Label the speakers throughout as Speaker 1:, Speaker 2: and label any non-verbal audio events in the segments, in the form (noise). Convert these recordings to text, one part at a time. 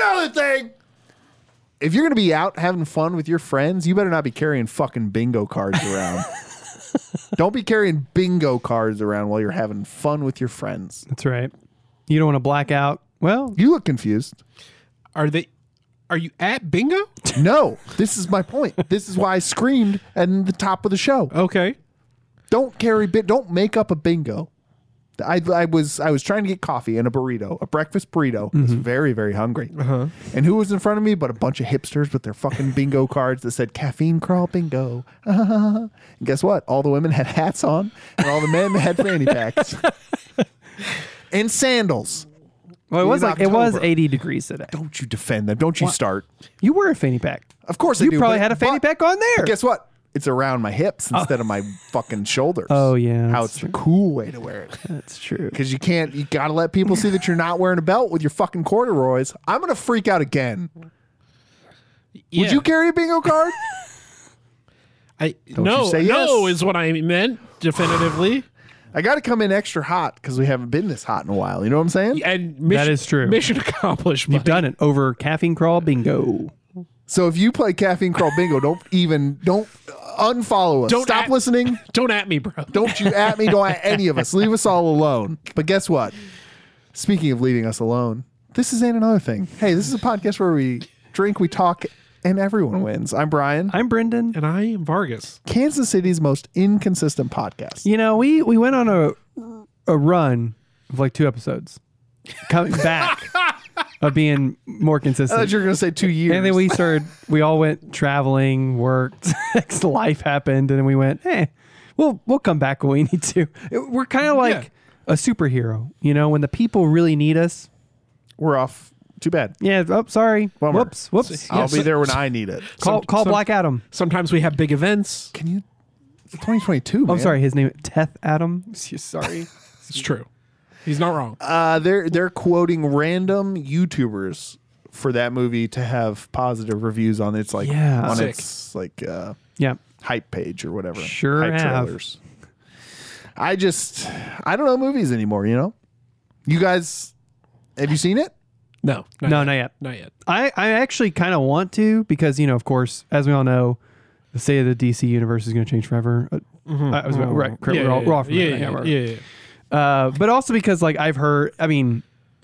Speaker 1: another thing. If you're gonna be out having fun with your friends, you better not be carrying fucking bingo cards around. Don't be carrying bingo cards around while you're having fun with your friends.
Speaker 2: That's right. You don't want to black out. Well,
Speaker 1: You look confused.
Speaker 3: Are they? Are you at bingo?
Speaker 1: No, this is my point. This is why I screamed at the top of the show.
Speaker 3: Okay.
Speaker 1: Don't carry bit. Don't make up a bingo. I, I was I was trying to get coffee and a burrito, a breakfast burrito. I
Speaker 2: Mm-hmm.
Speaker 1: was very very hungry. Uh-huh. And who was in front of me but a bunch of hipsters with their fucking
Speaker 2: (laughs)
Speaker 1: bingo cards that said caffeine crawl bingo. (laughs) and guess what? All the women had hats on, and all the men had fanny
Speaker 2: (laughs)
Speaker 1: packs and sandals.
Speaker 2: well, it was like it was
Speaker 1: October.
Speaker 2: 80 degrees today.
Speaker 1: Don't you defend them? Don't you start?
Speaker 2: You were a fanny pack.
Speaker 1: Of course, I
Speaker 2: You
Speaker 1: do,
Speaker 2: probably
Speaker 1: but-
Speaker 2: had a fanny
Speaker 1: but-
Speaker 2: pack on there.
Speaker 1: But guess what? It's around my hips instead of my fucking shoulders.
Speaker 2: Oh, yeah,
Speaker 1: how
Speaker 2: that's
Speaker 1: it's the cool way to wear it
Speaker 2: That's true.
Speaker 1: because you can't. You gotta let people see that you're not wearing a belt with your fucking corduroys. I'm gonna freak out again. Would you carry a bingo card?
Speaker 3: I no
Speaker 1: you say
Speaker 3: no
Speaker 1: yes.
Speaker 3: is what I meant definitively.
Speaker 1: I gotta come in extra hot because we haven't been this hot in a while. You know what I'm saying?
Speaker 3: And mission,
Speaker 2: is true.
Speaker 3: Mission accomplished.
Speaker 2: You've
Speaker 3: Mike.
Speaker 2: done it over caffeine crawl bingo.
Speaker 1: So if you play caffeine crawl bingo, don't even don't unfollow us.
Speaker 3: Don't
Speaker 1: Stop
Speaker 3: at-
Speaker 1: listening.
Speaker 3: Don't at me, bro.
Speaker 1: Don't you at me. Don't at any of us. Leave us all alone. But guess what? Speaking of leaving us alone, this is ain't another thing. Hey, this is a podcast where we drink, we talk, and everyone wins. I'm Brian.
Speaker 2: I'm Brendan.
Speaker 3: And I am Vargas.
Speaker 1: Kansas City's most inconsistent podcast.
Speaker 2: You know, we we went on a a run of like two episodes, coming back of being more
Speaker 1: I thought
Speaker 2: consistent.
Speaker 1: you were going to say two years.
Speaker 2: And then we started. We all went traveling, worked. (laughs) next life happened, and then we went. Hey, we'll we'll come back when we need to. It- We're kind of like a superhero, you know. When the people really need us,
Speaker 1: We're off. Too bad.
Speaker 2: yeah. Oh, sorry.
Speaker 1: Bummer.
Speaker 2: Whoops, whoops.
Speaker 1: I'll
Speaker 3: so-
Speaker 1: be there when I need it.
Speaker 2: Call
Speaker 3: some-
Speaker 2: call
Speaker 3: some-
Speaker 2: Black Adam.
Speaker 3: Sometimes we have big events.
Speaker 1: Can you? It's 2022.
Speaker 2: I'm
Speaker 1: man.
Speaker 2: sorry. His name Teth
Speaker 3: (laughs)
Speaker 2: Adam. Sorry.
Speaker 3: It's true. He's not wrong.
Speaker 1: Uh, they're they're quoting random YouTubers for that movie to have positive reviews on its like
Speaker 2: Yeah.
Speaker 1: on
Speaker 3: Sick.
Speaker 1: its like uh,
Speaker 2: (laughs) yeah.
Speaker 1: hype page or whatever.
Speaker 2: Sure
Speaker 1: hype
Speaker 2: have.
Speaker 1: trailers. I just I don't know movies anymore. You know, you guys have you seen it?
Speaker 3: No, not
Speaker 2: No,
Speaker 3: yet.
Speaker 2: not yet.
Speaker 3: not yet.
Speaker 2: I, I actually kind of want to because you know, of course, as we all know, the state of the DC universe is going to change forever. Uh, I was- right, correct, we're all, we're all
Speaker 3: Mm-hmm. yeah,
Speaker 2: familiar, yeah,
Speaker 3: yeah,
Speaker 2: we're-
Speaker 3: yeah, yeah.
Speaker 2: Uh, but also because like I've heard, I mean,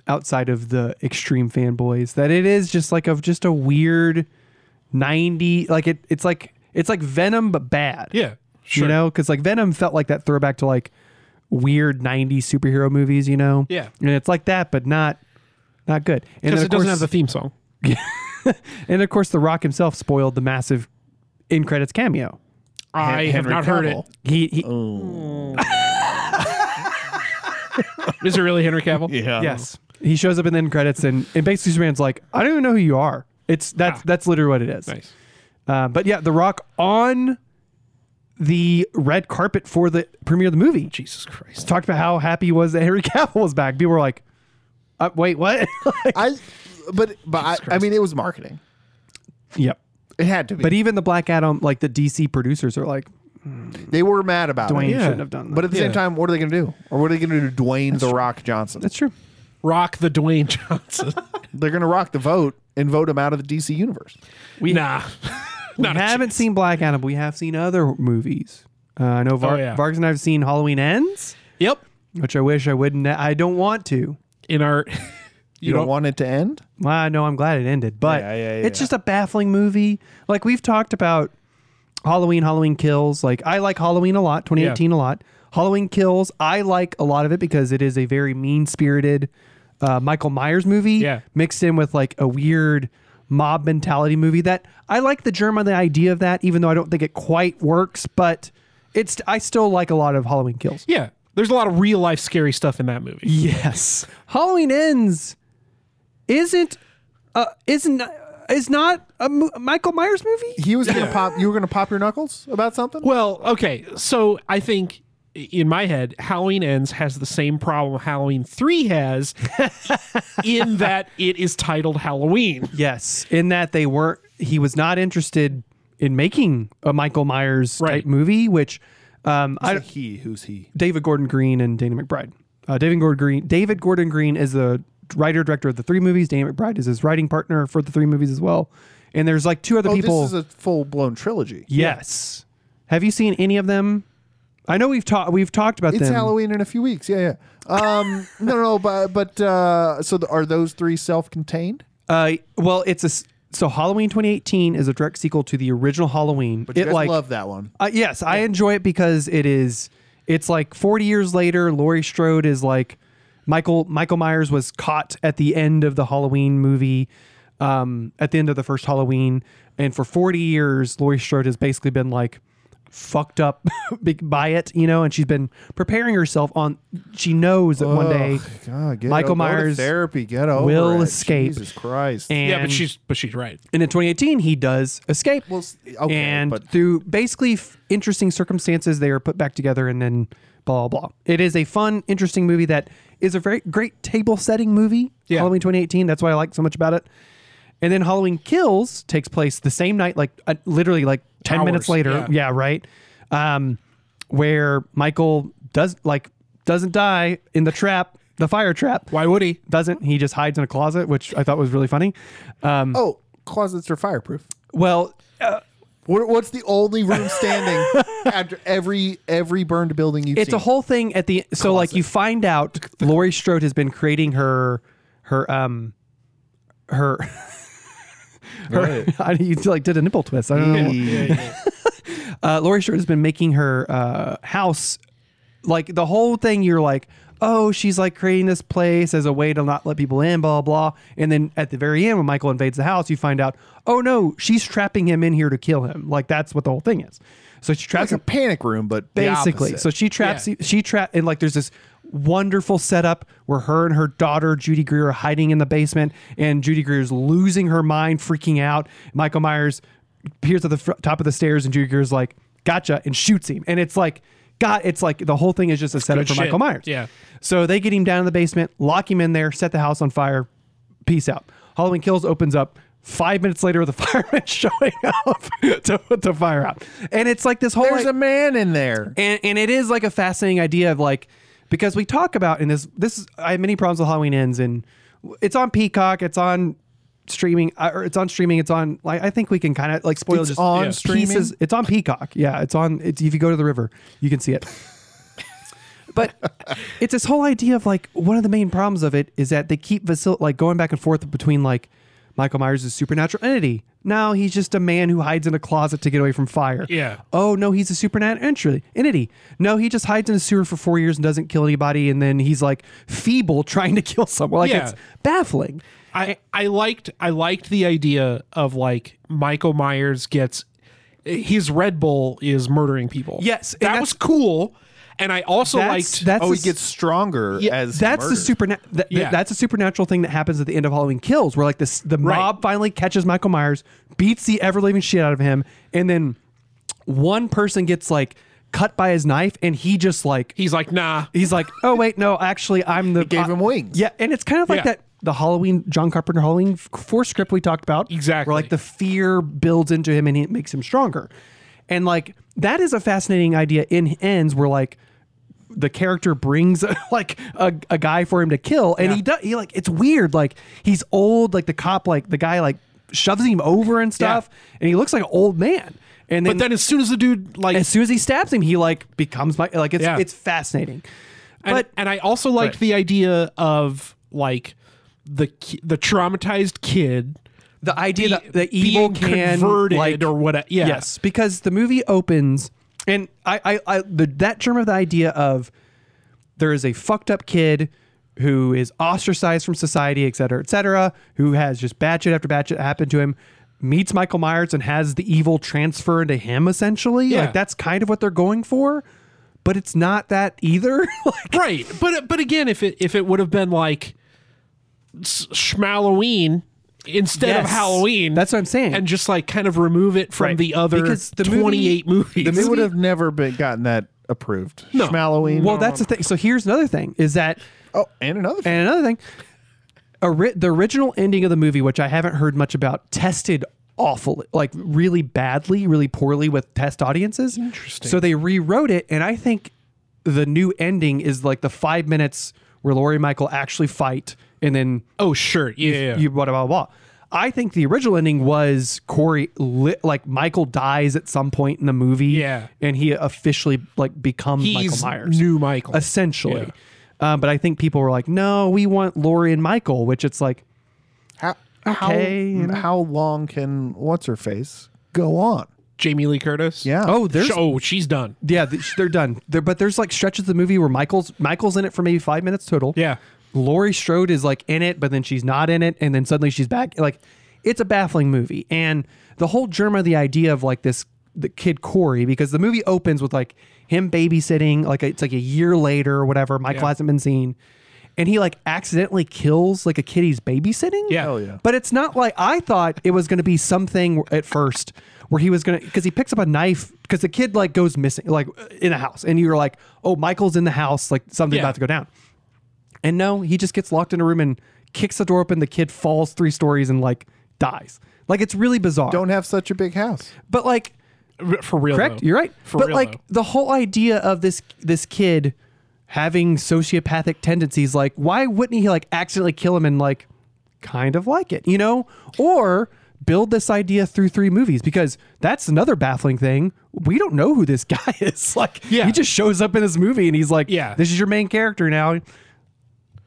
Speaker 2: outside of the extreme fanboys, that it is just like of just a weird ninety, like it, it's like it's like Venom but bad.
Speaker 3: Yeah, sure.
Speaker 2: You know, because like Venom felt like that throwback to like weird '90s superhero movies. You know.
Speaker 3: Yeah.
Speaker 2: And it's like that, but not not good. And
Speaker 3: because
Speaker 2: then,
Speaker 3: it
Speaker 2: of
Speaker 3: doesn't
Speaker 2: course-
Speaker 3: have the theme song.
Speaker 2: and of course, The Rock himself spoiled the massive in credits cameo.
Speaker 3: I have
Speaker 1: Henry
Speaker 3: not heard it.
Speaker 1: Cavill.
Speaker 2: He, he
Speaker 3: Is it really Henry Cavill?
Speaker 1: Yeah.
Speaker 2: yes, he shows up in the end credits, and and basically Superman's like, I don't even know who you are. It's
Speaker 3: Ah.
Speaker 2: that's that's literally what it is.
Speaker 3: Nice.
Speaker 2: Uh, but yeah, The Rock on the red carpet for the premiere of the movie
Speaker 3: Jesus Christ.
Speaker 2: talked about how happy he was that Henry (laughs) Cavill was back. People were like, uh, "Wait, what?" (laughs) Like,
Speaker 1: I but but I, I mean it was marketing.
Speaker 2: yep.
Speaker 1: It had to be.
Speaker 2: But even the Black Adam, like the DC producers, are like,
Speaker 1: they were mad about
Speaker 2: "Dwayne
Speaker 1: it.
Speaker 2: shouldn't have done that."
Speaker 1: But at the
Speaker 3: Oh, Yeah.
Speaker 1: same time, what are they going to do? Or what are they going to do to Dwayne the Rock Johnson?
Speaker 2: that's true.
Speaker 3: Rock the Dwayne Johnson.
Speaker 1: They're going to rock the vote and vote him out of the DC universe.
Speaker 2: We-
Speaker 3: (laughs) nah. (laughs)
Speaker 2: We
Speaker 3: a
Speaker 2: haven't seen Black Adam, but we have seen other movies. Uh, I know Var-
Speaker 3: Oh, yeah.
Speaker 2: Vargas and I have seen Halloween Ends,
Speaker 3: Yep.
Speaker 2: which I wish I wouldn't. I don't want to.
Speaker 3: In our, (laughs)
Speaker 1: You, don't, want it to end?
Speaker 2: Well, I know I'm glad it ended, but
Speaker 1: Yeah, yeah,
Speaker 2: it's
Speaker 1: yeah.
Speaker 2: just a baffling movie. Like we've talked about Halloween, Halloween Kills. Like I like Halloween a lot, 2018 a lot. Halloween Kills, I like a lot of it because it is a very mean spirited uh, Michael Myers movie
Speaker 3: Yeah.
Speaker 2: mixed in with like a weird mob mentality movie that I like the germ of the idea of that, even though I don't think it quite works, but it's I still like a lot of Halloween Kills.
Speaker 3: Yeah. There's a lot of real life scary stuff in that movie.
Speaker 2: Yes. Halloween Ends isn't uh isn't is not a mo- Michael Myers movie?
Speaker 1: He was going to pop. You were going to pop your knuckles about something?
Speaker 3: Well, okay. So I think i- in my head, Halloween Ends has the same problem Halloween
Speaker 2: (laughs)
Speaker 3: 3 has in that it is titled Halloween.
Speaker 2: Yes, in that they weren't he was not interested in making a Michael Myers type
Speaker 3: Right.
Speaker 2: movie which um I,
Speaker 1: he. Who's he?
Speaker 2: David Gordon Green and Danny McBride. Uh, David Gordon Green David Gordon Green is the writer director of the three movies. Dan McBride is his writing partner for the three movies as well. And there's like two other
Speaker 1: Oh,
Speaker 2: people.
Speaker 1: this is a full blown trilogy.
Speaker 2: yes. Have you seen any of them? I know we've talked we've talked about
Speaker 1: It's
Speaker 2: them.
Speaker 1: Halloween in a few weeks. Yeah, yeah. (laughs) Um, no, no, but but uh, so the, are those three self contained?
Speaker 2: Uh, well, it's a s- so Halloween 2018 is a direct sequel to the original Halloween.
Speaker 1: But you
Speaker 2: it
Speaker 1: guys
Speaker 2: like
Speaker 1: love that one.
Speaker 2: Uh, yes, I enjoy it because it is. It's like 40 years later. Laurie Strode is like Michael. Michael Myers was caught at the end of the Halloween movie, um, at the end of the first Halloween, and for 40 years, Laurie Strode has basically been like fucked up (laughs) big- by it, you know. And she's been preparing herself on. She knows that one day
Speaker 1: Ugh, God, get
Speaker 2: Michael
Speaker 1: o- go to
Speaker 2: Myers
Speaker 1: therapy. Get over
Speaker 2: will
Speaker 1: it.
Speaker 2: escape.
Speaker 1: Jesus Christ.
Speaker 2: and
Speaker 3: yeah, but she's but she's right.
Speaker 2: and in 2018 he does escape.
Speaker 1: Well, s- okay,
Speaker 2: and
Speaker 1: but-
Speaker 2: through basically f- interesting circumstances, they are put back together, and then blah blah blah. It is a fun, interesting movie that is a very great table setting movie.
Speaker 3: Yeah.
Speaker 2: Halloween 2018. That's why I like so much about it. And then Halloween Kills takes place the same night, like uh, literally like 10 minutes
Speaker 3: Hours,
Speaker 2: later.
Speaker 3: yeah.
Speaker 2: yeah right. Um, where Michael does like doesn't die in the trap, the fire trap.
Speaker 3: Why would he?
Speaker 2: Doesn't he just hides in a closet, which I thought was really funny. Um,
Speaker 1: oh, closets are fireproof.
Speaker 2: well,
Speaker 1: What, what's the only room
Speaker 2: (laughs)
Speaker 1: standing after every every burned building you've
Speaker 2: it's
Speaker 1: seen?
Speaker 2: a whole thing at the so like you find out (laughs) Laurie Strode has been creating her her um her (laughs) her (laughs) I you like did a nipple twist I don't know (laughs) uh, Laurie Strode has been making her uh, house like the whole thing you're like oh she's like creating this place as a way to not let people in blah blah blah. and then at the very end when Michael invades the house you find out oh no she's trapping him in here to kill him like that's what the whole thing is so she traps
Speaker 1: It's a
Speaker 2: him
Speaker 1: panic room, but the
Speaker 2: basically.
Speaker 1: opposite.
Speaker 2: So she traps,
Speaker 3: Yeah.
Speaker 2: she trap, and like there's this wonderful setup where her and her daughter Judy Greer are hiding in the basement, and Judy Greer's losing her mind, freaking out. Michael Myers appears at the fr- top of the stairs, and Judy Greer's like, "Gotcha," and shoots him, and it's like. God, it's like the whole thing is just a setup
Speaker 3: good
Speaker 2: for
Speaker 3: shit.
Speaker 2: Michael Myers.
Speaker 3: Yeah.
Speaker 2: So they get him down in the basement, lock him in there, set the house on fire. Peace out. Halloween Kills opens up. Five minutes later, with the (laughs) firemen showing up to put the fire out, and it's like this whole
Speaker 1: there's
Speaker 2: like-
Speaker 1: a man in there.
Speaker 2: and and it is like a fascinating idea of like because we talk about in this this is, I have many problems with Halloween ends and it's on Peacock, it's on streaming, uh, or it's on streaming, it's on like I think we can kind of like spoil
Speaker 1: It's
Speaker 2: just
Speaker 1: on
Speaker 3: yeah.
Speaker 1: streaming.
Speaker 2: pieces. It's on Peacock, yeah, it's on. It's, if you go to the river, you can see
Speaker 1: (laughs)
Speaker 2: it. But it's this whole idea of like one of the main problems of it is that they keep facil- like going back and forth between like Michael Myers is a supernatural entity. Now he's just a man who hides in a closet to get away from fire.
Speaker 3: Yeah.
Speaker 2: Oh no, he's a supernatural entry- entity. No, he just hides in a sewer for four years and doesn't kill anybody, and then he's like feeble (laughs) trying to kill someone. Like
Speaker 3: Yeah.
Speaker 2: it's baffling.
Speaker 3: I I liked I liked the idea of like Michael Myers gets his Red Bull is murdering people.
Speaker 2: Yes, and
Speaker 3: that
Speaker 2: that's-
Speaker 3: was cool. And I also
Speaker 2: That's
Speaker 3: liked
Speaker 2: that's
Speaker 1: oh,
Speaker 2: a
Speaker 1: he gets stronger as he
Speaker 2: that's the
Speaker 1: murders.
Speaker 2: superna- that,
Speaker 3: Yeah.
Speaker 2: that's a supernatural thing that happens at the end of Halloween Kills, where like this the
Speaker 3: Right.
Speaker 2: mob finally catches Michael Myers, beats the ever living shit out of him, and then one person gets like cut by his knife, and he just like
Speaker 3: he's like nah.
Speaker 2: he's like, oh wait, no, actually I'm the
Speaker 1: gave him wings.
Speaker 2: Yeah, and it's kind of like
Speaker 3: Yeah.
Speaker 2: that the Halloween John Carpenter Halloween f- four script we talked about,
Speaker 3: Exactly.
Speaker 2: where like the fear builds into him and it makes him stronger, and like that is a fascinating idea in ends where like the character brings (laughs) like a, a guy for him to kill and he does he like it's weird like he's old like the cop like the guy like shoves him over and stuff and he looks like an old man and then,
Speaker 3: But then as soon as the dude like
Speaker 2: as soon as he stabs him he like becomes my like it's
Speaker 3: Yeah.
Speaker 2: it's fascinating
Speaker 3: and,
Speaker 2: but
Speaker 3: and I also liked
Speaker 2: Right.
Speaker 3: the idea of like the ki- the traumatized kid
Speaker 2: the idea that the
Speaker 3: being
Speaker 2: evil can
Speaker 3: converted
Speaker 2: like
Speaker 3: or whatever. Yeah.
Speaker 2: Yes, because the movie opens, and I, I, I the, that germ of the idea of there is a fucked up kid who is ostracized from society, et cetera, et cetera, who has just batch it after batch it happen to him, meets Michael Myers and has the evil transfer into him, essentially.
Speaker 3: Yeah.
Speaker 2: Like, that's kind of what they're going for, but it's not that either. (laughs) like,
Speaker 3: right but but again if it if it would have been like s- schmalloween instead of
Speaker 2: Yes.
Speaker 3: halloween
Speaker 2: That's what I'm saying.
Speaker 3: and just like kind of remove it from
Speaker 2: Right.
Speaker 3: the other
Speaker 2: Because the movie-
Speaker 3: 28 movies
Speaker 2: the
Speaker 1: They would have never been gotten that approved. No. Schmalloween.
Speaker 2: well, that's the thing. So here's another thing is that
Speaker 1: oh, and another thing.
Speaker 2: And another thing, ori- the original ending of the movie, which I haven't heard much about, tested awfully, like really badly, really poorly with test audiences. Interesting. So they rewrote it, and I think the new ending is like the five minutes where Laurie and Michael actually fight and then
Speaker 3: Oh, sure. Yeah, yeah, yeah.
Speaker 2: you blah, blah, blah. I think the original ending was Corey, li- like Michael dies at some point in the movie,
Speaker 3: Yeah.
Speaker 2: and he officially like becomes Michael
Speaker 3: He's
Speaker 2: Myers,
Speaker 3: new Michael.
Speaker 2: essentially. Um, but I think people were like, "No, we want Laurie and Michael," which it's like,
Speaker 1: How
Speaker 2: Okay, you
Speaker 1: how,
Speaker 2: know.
Speaker 1: how long can what's her face go on?
Speaker 3: Jamie Lee Curtis.
Speaker 1: Yeah.
Speaker 2: "Oh, there's
Speaker 3: Sh- oh, she's done.
Speaker 2: yeah, th- they're done." There, but there's like stretches of the movie where Michael's Michael's in it for maybe five minutes total.
Speaker 3: Yeah.
Speaker 2: Laurie Strode is like in it, but then she's not in it, and then suddenly she's back. Like, it's a baffling movie, and the whole germ of the idea of like this the kid Corey, because the movie opens with like him babysitting, like it's like a year later or whatever. Michael
Speaker 3: Yeah.
Speaker 2: hasn't been seen, and he like accidentally kills like a kid he's babysitting.
Speaker 3: Yeah.
Speaker 1: Hell yeah.
Speaker 2: But it's not like I thought it was going to be something at first where he was going to because he picks up a knife because the kid like goes missing like uh, in a house and you're like oh Michael's in the house like something's
Speaker 3: Yeah.
Speaker 2: about to go down and no he just gets locked in a room and kicks the door open the kid falls three stories and like dies like it's really bizarre
Speaker 1: Don't have such a big house.
Speaker 2: but like
Speaker 3: R- For real.
Speaker 2: correct
Speaker 3: though.
Speaker 2: you're right
Speaker 3: For
Speaker 2: but
Speaker 3: real,
Speaker 2: like
Speaker 3: though.
Speaker 2: the whole idea of this this kid having sociopathic tendencies like why wouldn't he like accidentally kill him and like kind of like it you know or build this idea through three movies because that's another baffling thing we don't know who this (laughs) guy is like
Speaker 3: Yeah.
Speaker 2: he just shows up in this movie and he's like
Speaker 3: Yeah.
Speaker 2: this is your main character now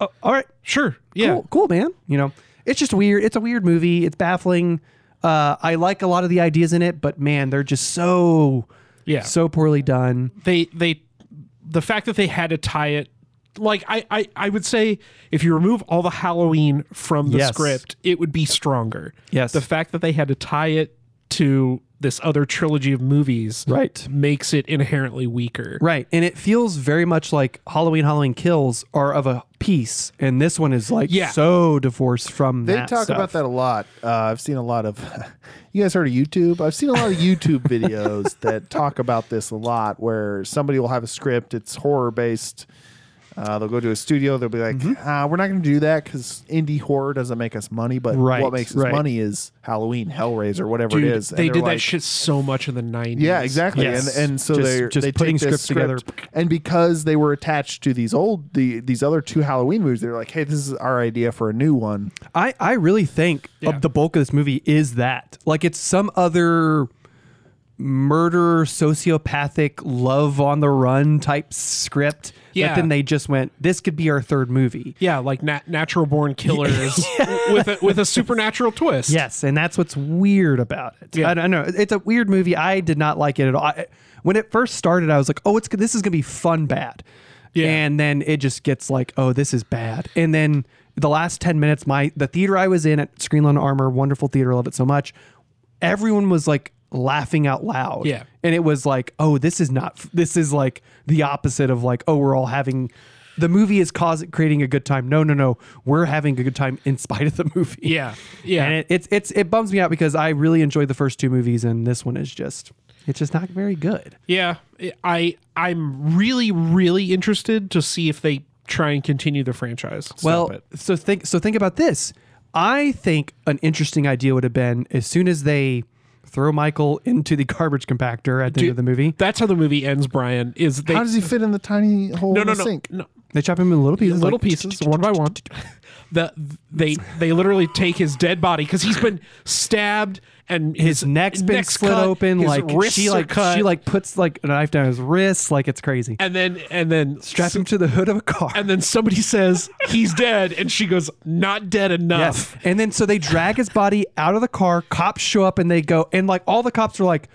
Speaker 2: Oh, all right
Speaker 3: Sure. Yeah.
Speaker 2: cool, cool, man. You know, it's just weird. It's a weird movie. It's baffling. Uh, I like a lot of the ideas in it, but man, they're just so
Speaker 3: Yeah.
Speaker 2: so poorly done.
Speaker 3: they they the fact that they had to tie it like I, I I would say if you remove all the Halloween from the
Speaker 2: Yes.
Speaker 3: script, it would be stronger.
Speaker 2: Yes.
Speaker 3: The fact that they had to tie it to this other trilogy of movies
Speaker 2: Right.
Speaker 3: makes it inherently weaker.
Speaker 2: Right, and it feels very much like Halloween. Halloween Kills are of a piece, and this one is like
Speaker 3: Yeah.
Speaker 2: so divorced from.
Speaker 1: They
Speaker 2: that
Speaker 1: talk
Speaker 2: stuff.
Speaker 1: about that a lot. Uh, I've seen a lot of. (laughs) you guys heard of YouTube? I've seen a lot of YouTube videos
Speaker 2: (laughs)
Speaker 1: that talk about this a lot, where somebody will have a script. It's horror based. Uh, they'll go to a studio. They'll be like,
Speaker 2: Mm-hmm.
Speaker 1: ah, "We're not going to do that because indie horror doesn't make us money. But
Speaker 2: Right,
Speaker 1: what makes us
Speaker 2: right.
Speaker 1: money is Halloween, Hellraiser, whatever
Speaker 3: Dude,
Speaker 1: it is." And
Speaker 3: they
Speaker 1: they're
Speaker 3: did that
Speaker 1: like-
Speaker 3: shit so much in the 90s.
Speaker 1: Yeah, exactly.
Speaker 2: Yes.
Speaker 1: And and so
Speaker 2: Just-
Speaker 1: they're
Speaker 2: just
Speaker 1: they
Speaker 2: putting
Speaker 1: take this
Speaker 2: scripts together.
Speaker 1: script, And because they were attached to these old the these other two Halloween movies, they're like, "Hey, this is our idea for a new one."
Speaker 2: I, I really think
Speaker 3: Yeah.
Speaker 2: of the bulk of this movie is that. Like it's some other murder sociopathic love on the run type script
Speaker 3: Yeah.
Speaker 2: that then they just went this could be our third movie.
Speaker 3: Yeah, like nat-
Speaker 2: (laughs)
Speaker 3: natural born killers with a, with a supernatural twist.
Speaker 2: Yes, and that's what's weird about it.
Speaker 3: Yeah.
Speaker 2: I don't know. It's a weird movie. I did not like it at all. I, when it first started, I was like, "Oh, it's this is gonna be fun bad,"
Speaker 3: Yeah.
Speaker 2: and then it just gets like, "Oh, this is bad," and then the last ten minutes, my the theater I was in at Screenland Armor, wonderful theater, love it so much. Everyone was like laughing out loud.
Speaker 3: Yeah.
Speaker 2: and it was like, "Oh, this is not. This is like the opposite of like, oh, we're all having." The movie is causing creating a good time. No, no, no. We're having a good time in spite of the movie.
Speaker 3: Yeah. Yeah.
Speaker 2: And it, it's it's it bums me out because I really enjoyed the first two movies and this one is just it's just not very good.
Speaker 3: Yeah, I I'm really really interested to see if they try and continue the franchise. Stop
Speaker 2: well,
Speaker 3: it.
Speaker 2: so think so think about this. I think an interesting idea would have been as soon as they throw Michael into the (laughs) garbage compactor at the end of the movie,
Speaker 3: that's how the movie ends. Brian is they
Speaker 1: How does he fit in the tiny hole
Speaker 3: no
Speaker 1: in
Speaker 3: no
Speaker 1: the
Speaker 3: no,
Speaker 1: sink?
Speaker 3: no
Speaker 2: they chop him in little pieces,
Speaker 3: little
Speaker 2: like,
Speaker 3: pieces one by (laughs) one. The they they literally take his dead body because he's been stabbed and
Speaker 2: His neck's been split
Speaker 3: cut,
Speaker 2: open,
Speaker 3: his
Speaker 2: like
Speaker 3: wrists
Speaker 2: she
Speaker 3: are
Speaker 2: like
Speaker 3: cut,
Speaker 2: she like puts like a knife down his wrist, like it's crazy.
Speaker 3: and then and then
Speaker 2: Strap him to the hood of a car.
Speaker 3: and then somebody says he's dead and she goes not dead enough.
Speaker 2: Yes. And then so they drag his body out of the car. Cops show up and they go and like all the cops are like,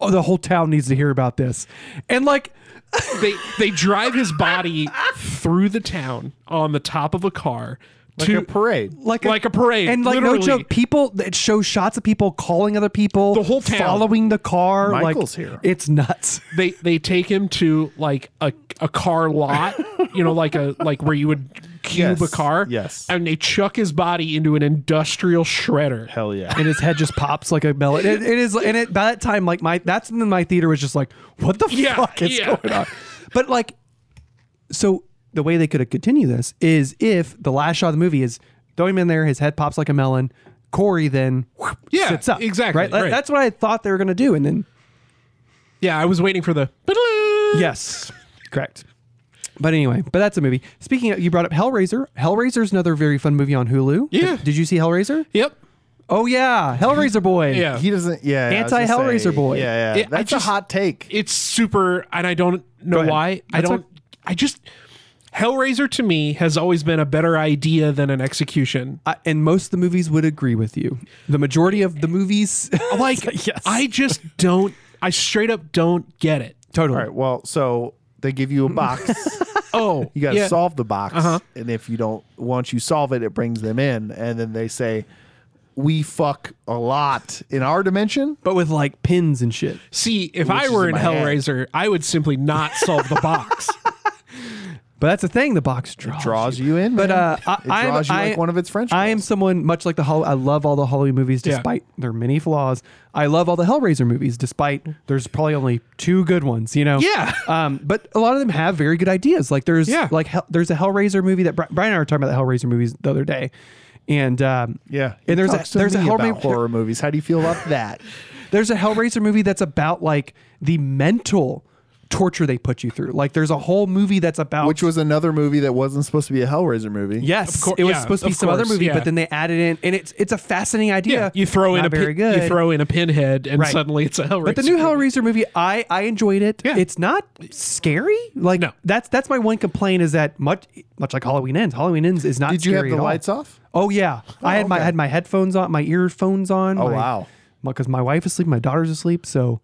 Speaker 2: oh, the whole town needs to hear about this. And like,
Speaker 3: they they drive his body through the town on the top of a car
Speaker 1: Like
Speaker 3: to
Speaker 1: a parade.
Speaker 2: like
Speaker 3: Like a parade,
Speaker 2: And like
Speaker 3: literally.
Speaker 2: no joke, people it shows shots of people calling other people,
Speaker 3: The whole town.
Speaker 2: following the car.
Speaker 1: Michael's
Speaker 2: like,
Speaker 1: here.
Speaker 2: It's nuts.
Speaker 3: they they take him to like a, a car lot, you know, like a like where you would cube
Speaker 1: Yes,
Speaker 3: a car.
Speaker 1: yes.
Speaker 3: and they chuck his body into an industrial shredder.
Speaker 1: Hell yeah.
Speaker 2: And his head just pops like a melon. It, it is, and it, by that time, like my that's when my theater was just like, what the
Speaker 3: Yeah,
Speaker 2: fuck is
Speaker 3: yeah.
Speaker 2: going on? But like, so the way they could have continued this is if the last shot of the movie is throw him in there, his head pops like a melon. Corey then whoop,
Speaker 3: Yeah,
Speaker 2: sits up.
Speaker 3: exactly,
Speaker 2: Right? That-
Speaker 3: right.
Speaker 2: That's what I thought they were gonna do, and then
Speaker 3: Yeah, I was waiting for the.
Speaker 2: yes, correct. But anyway, but that's a movie. Speaking of, you brought up Hellraiser. Hellraiser's another very fun movie on Hulu.
Speaker 3: Yeah.
Speaker 2: Did, did you see Hellraiser?
Speaker 3: Yep.
Speaker 2: Oh yeah, Hellraiser boy.
Speaker 3: (laughs) Yeah.
Speaker 1: (laughs) He doesn't. Yeah, I was gonna say,
Speaker 2: Anti-Hellraiser boy.
Speaker 1: Yeah, yeah.
Speaker 3: It- I
Speaker 1: That's
Speaker 3: just-
Speaker 1: a hot take.
Speaker 3: it's super and i don't know
Speaker 2: ahead.
Speaker 3: why i
Speaker 2: That's
Speaker 3: don't i just hellraiser to me has always been a better idea than
Speaker 1: (laughs)
Speaker 3: an execution
Speaker 2: I, and most of the movies would agree with you. The majority of the
Speaker 1: (laughs)
Speaker 2: movies, (laughs)
Speaker 3: like
Speaker 2: yes,
Speaker 3: i just don't i straight up don't get it
Speaker 2: totally.
Speaker 1: All right. Well, so they give you a
Speaker 2: (laughs)
Speaker 1: box.
Speaker 3: oh
Speaker 1: (laughs) You got to
Speaker 3: yeah.
Speaker 1: solve the box,
Speaker 2: Uh-huh.
Speaker 1: and if you don't once you solve it, it brings them in, and then they say, "We fuck a lot in our dimension."
Speaker 2: But with like pins and shit.
Speaker 3: see if
Speaker 1: Which
Speaker 3: i
Speaker 1: is
Speaker 3: were
Speaker 1: in
Speaker 3: in
Speaker 1: my head.
Speaker 3: hellraiser i would simply not solve the box
Speaker 2: But that's the thing. The box draws.
Speaker 1: Draws you in,
Speaker 2: Oh, But
Speaker 1: man.
Speaker 2: uh, I,
Speaker 1: it draws
Speaker 2: I'm,
Speaker 1: you like
Speaker 2: I-
Speaker 1: one of its French.
Speaker 2: I am
Speaker 1: girls.
Speaker 2: someone much like the Hol- I love all the Halloween movies
Speaker 3: Yeah.
Speaker 2: despite their many flaws. I love all the Hellraiser movies despite there's probably only two good ones, you know.
Speaker 3: Yeah.
Speaker 2: Um, but a lot of them have very good ideas. Like there's
Speaker 3: Yeah.
Speaker 2: like hell, there's a Hellraiser movie that Bri- Brian and I were talking about the Hellraiser movies the other day. And um,
Speaker 1: Yeah, he
Speaker 2: and there's
Speaker 1: talks
Speaker 2: a
Speaker 1: to
Speaker 2: there's a
Speaker 1: me about
Speaker 2: Hellraiser
Speaker 1: horror movies. How do you feel about
Speaker 2: (laughs)
Speaker 1: that?
Speaker 2: there's a Hellraiser movie that's about like the mental torture they put you through. Like there's a whole movie that's about
Speaker 1: Which was another movie that wasn't supposed to be a Hellraiser movie.
Speaker 2: Yes,
Speaker 3: Of cour-
Speaker 2: it was
Speaker 3: yeah,
Speaker 2: supposed to be
Speaker 3: of
Speaker 2: some other
Speaker 3: course,
Speaker 2: movie,
Speaker 3: yeah.
Speaker 2: but then they added in, and it's it's a fascinating idea.
Speaker 3: yeah you throw in
Speaker 2: Not
Speaker 3: a pin,
Speaker 2: very good.
Speaker 3: you throw in a pinhead and
Speaker 2: Right.
Speaker 3: suddenly it's a hellraiser
Speaker 2: but the new Hellraiser movie, I I enjoyed it.
Speaker 3: Yeah.
Speaker 2: It's not scary. Like
Speaker 3: No.
Speaker 2: that's that's my one complaint is that much much like Halloween ends. Halloween ends is not.
Speaker 1: Did you have
Speaker 2: scary
Speaker 1: the
Speaker 2: at all.
Speaker 1: lights off?
Speaker 2: Oh yeah, I had my
Speaker 1: okay.
Speaker 2: had my headphones on, my earphones on.
Speaker 1: Oh, wow.
Speaker 2: Because my wife is asleep, my daughter's asleep, so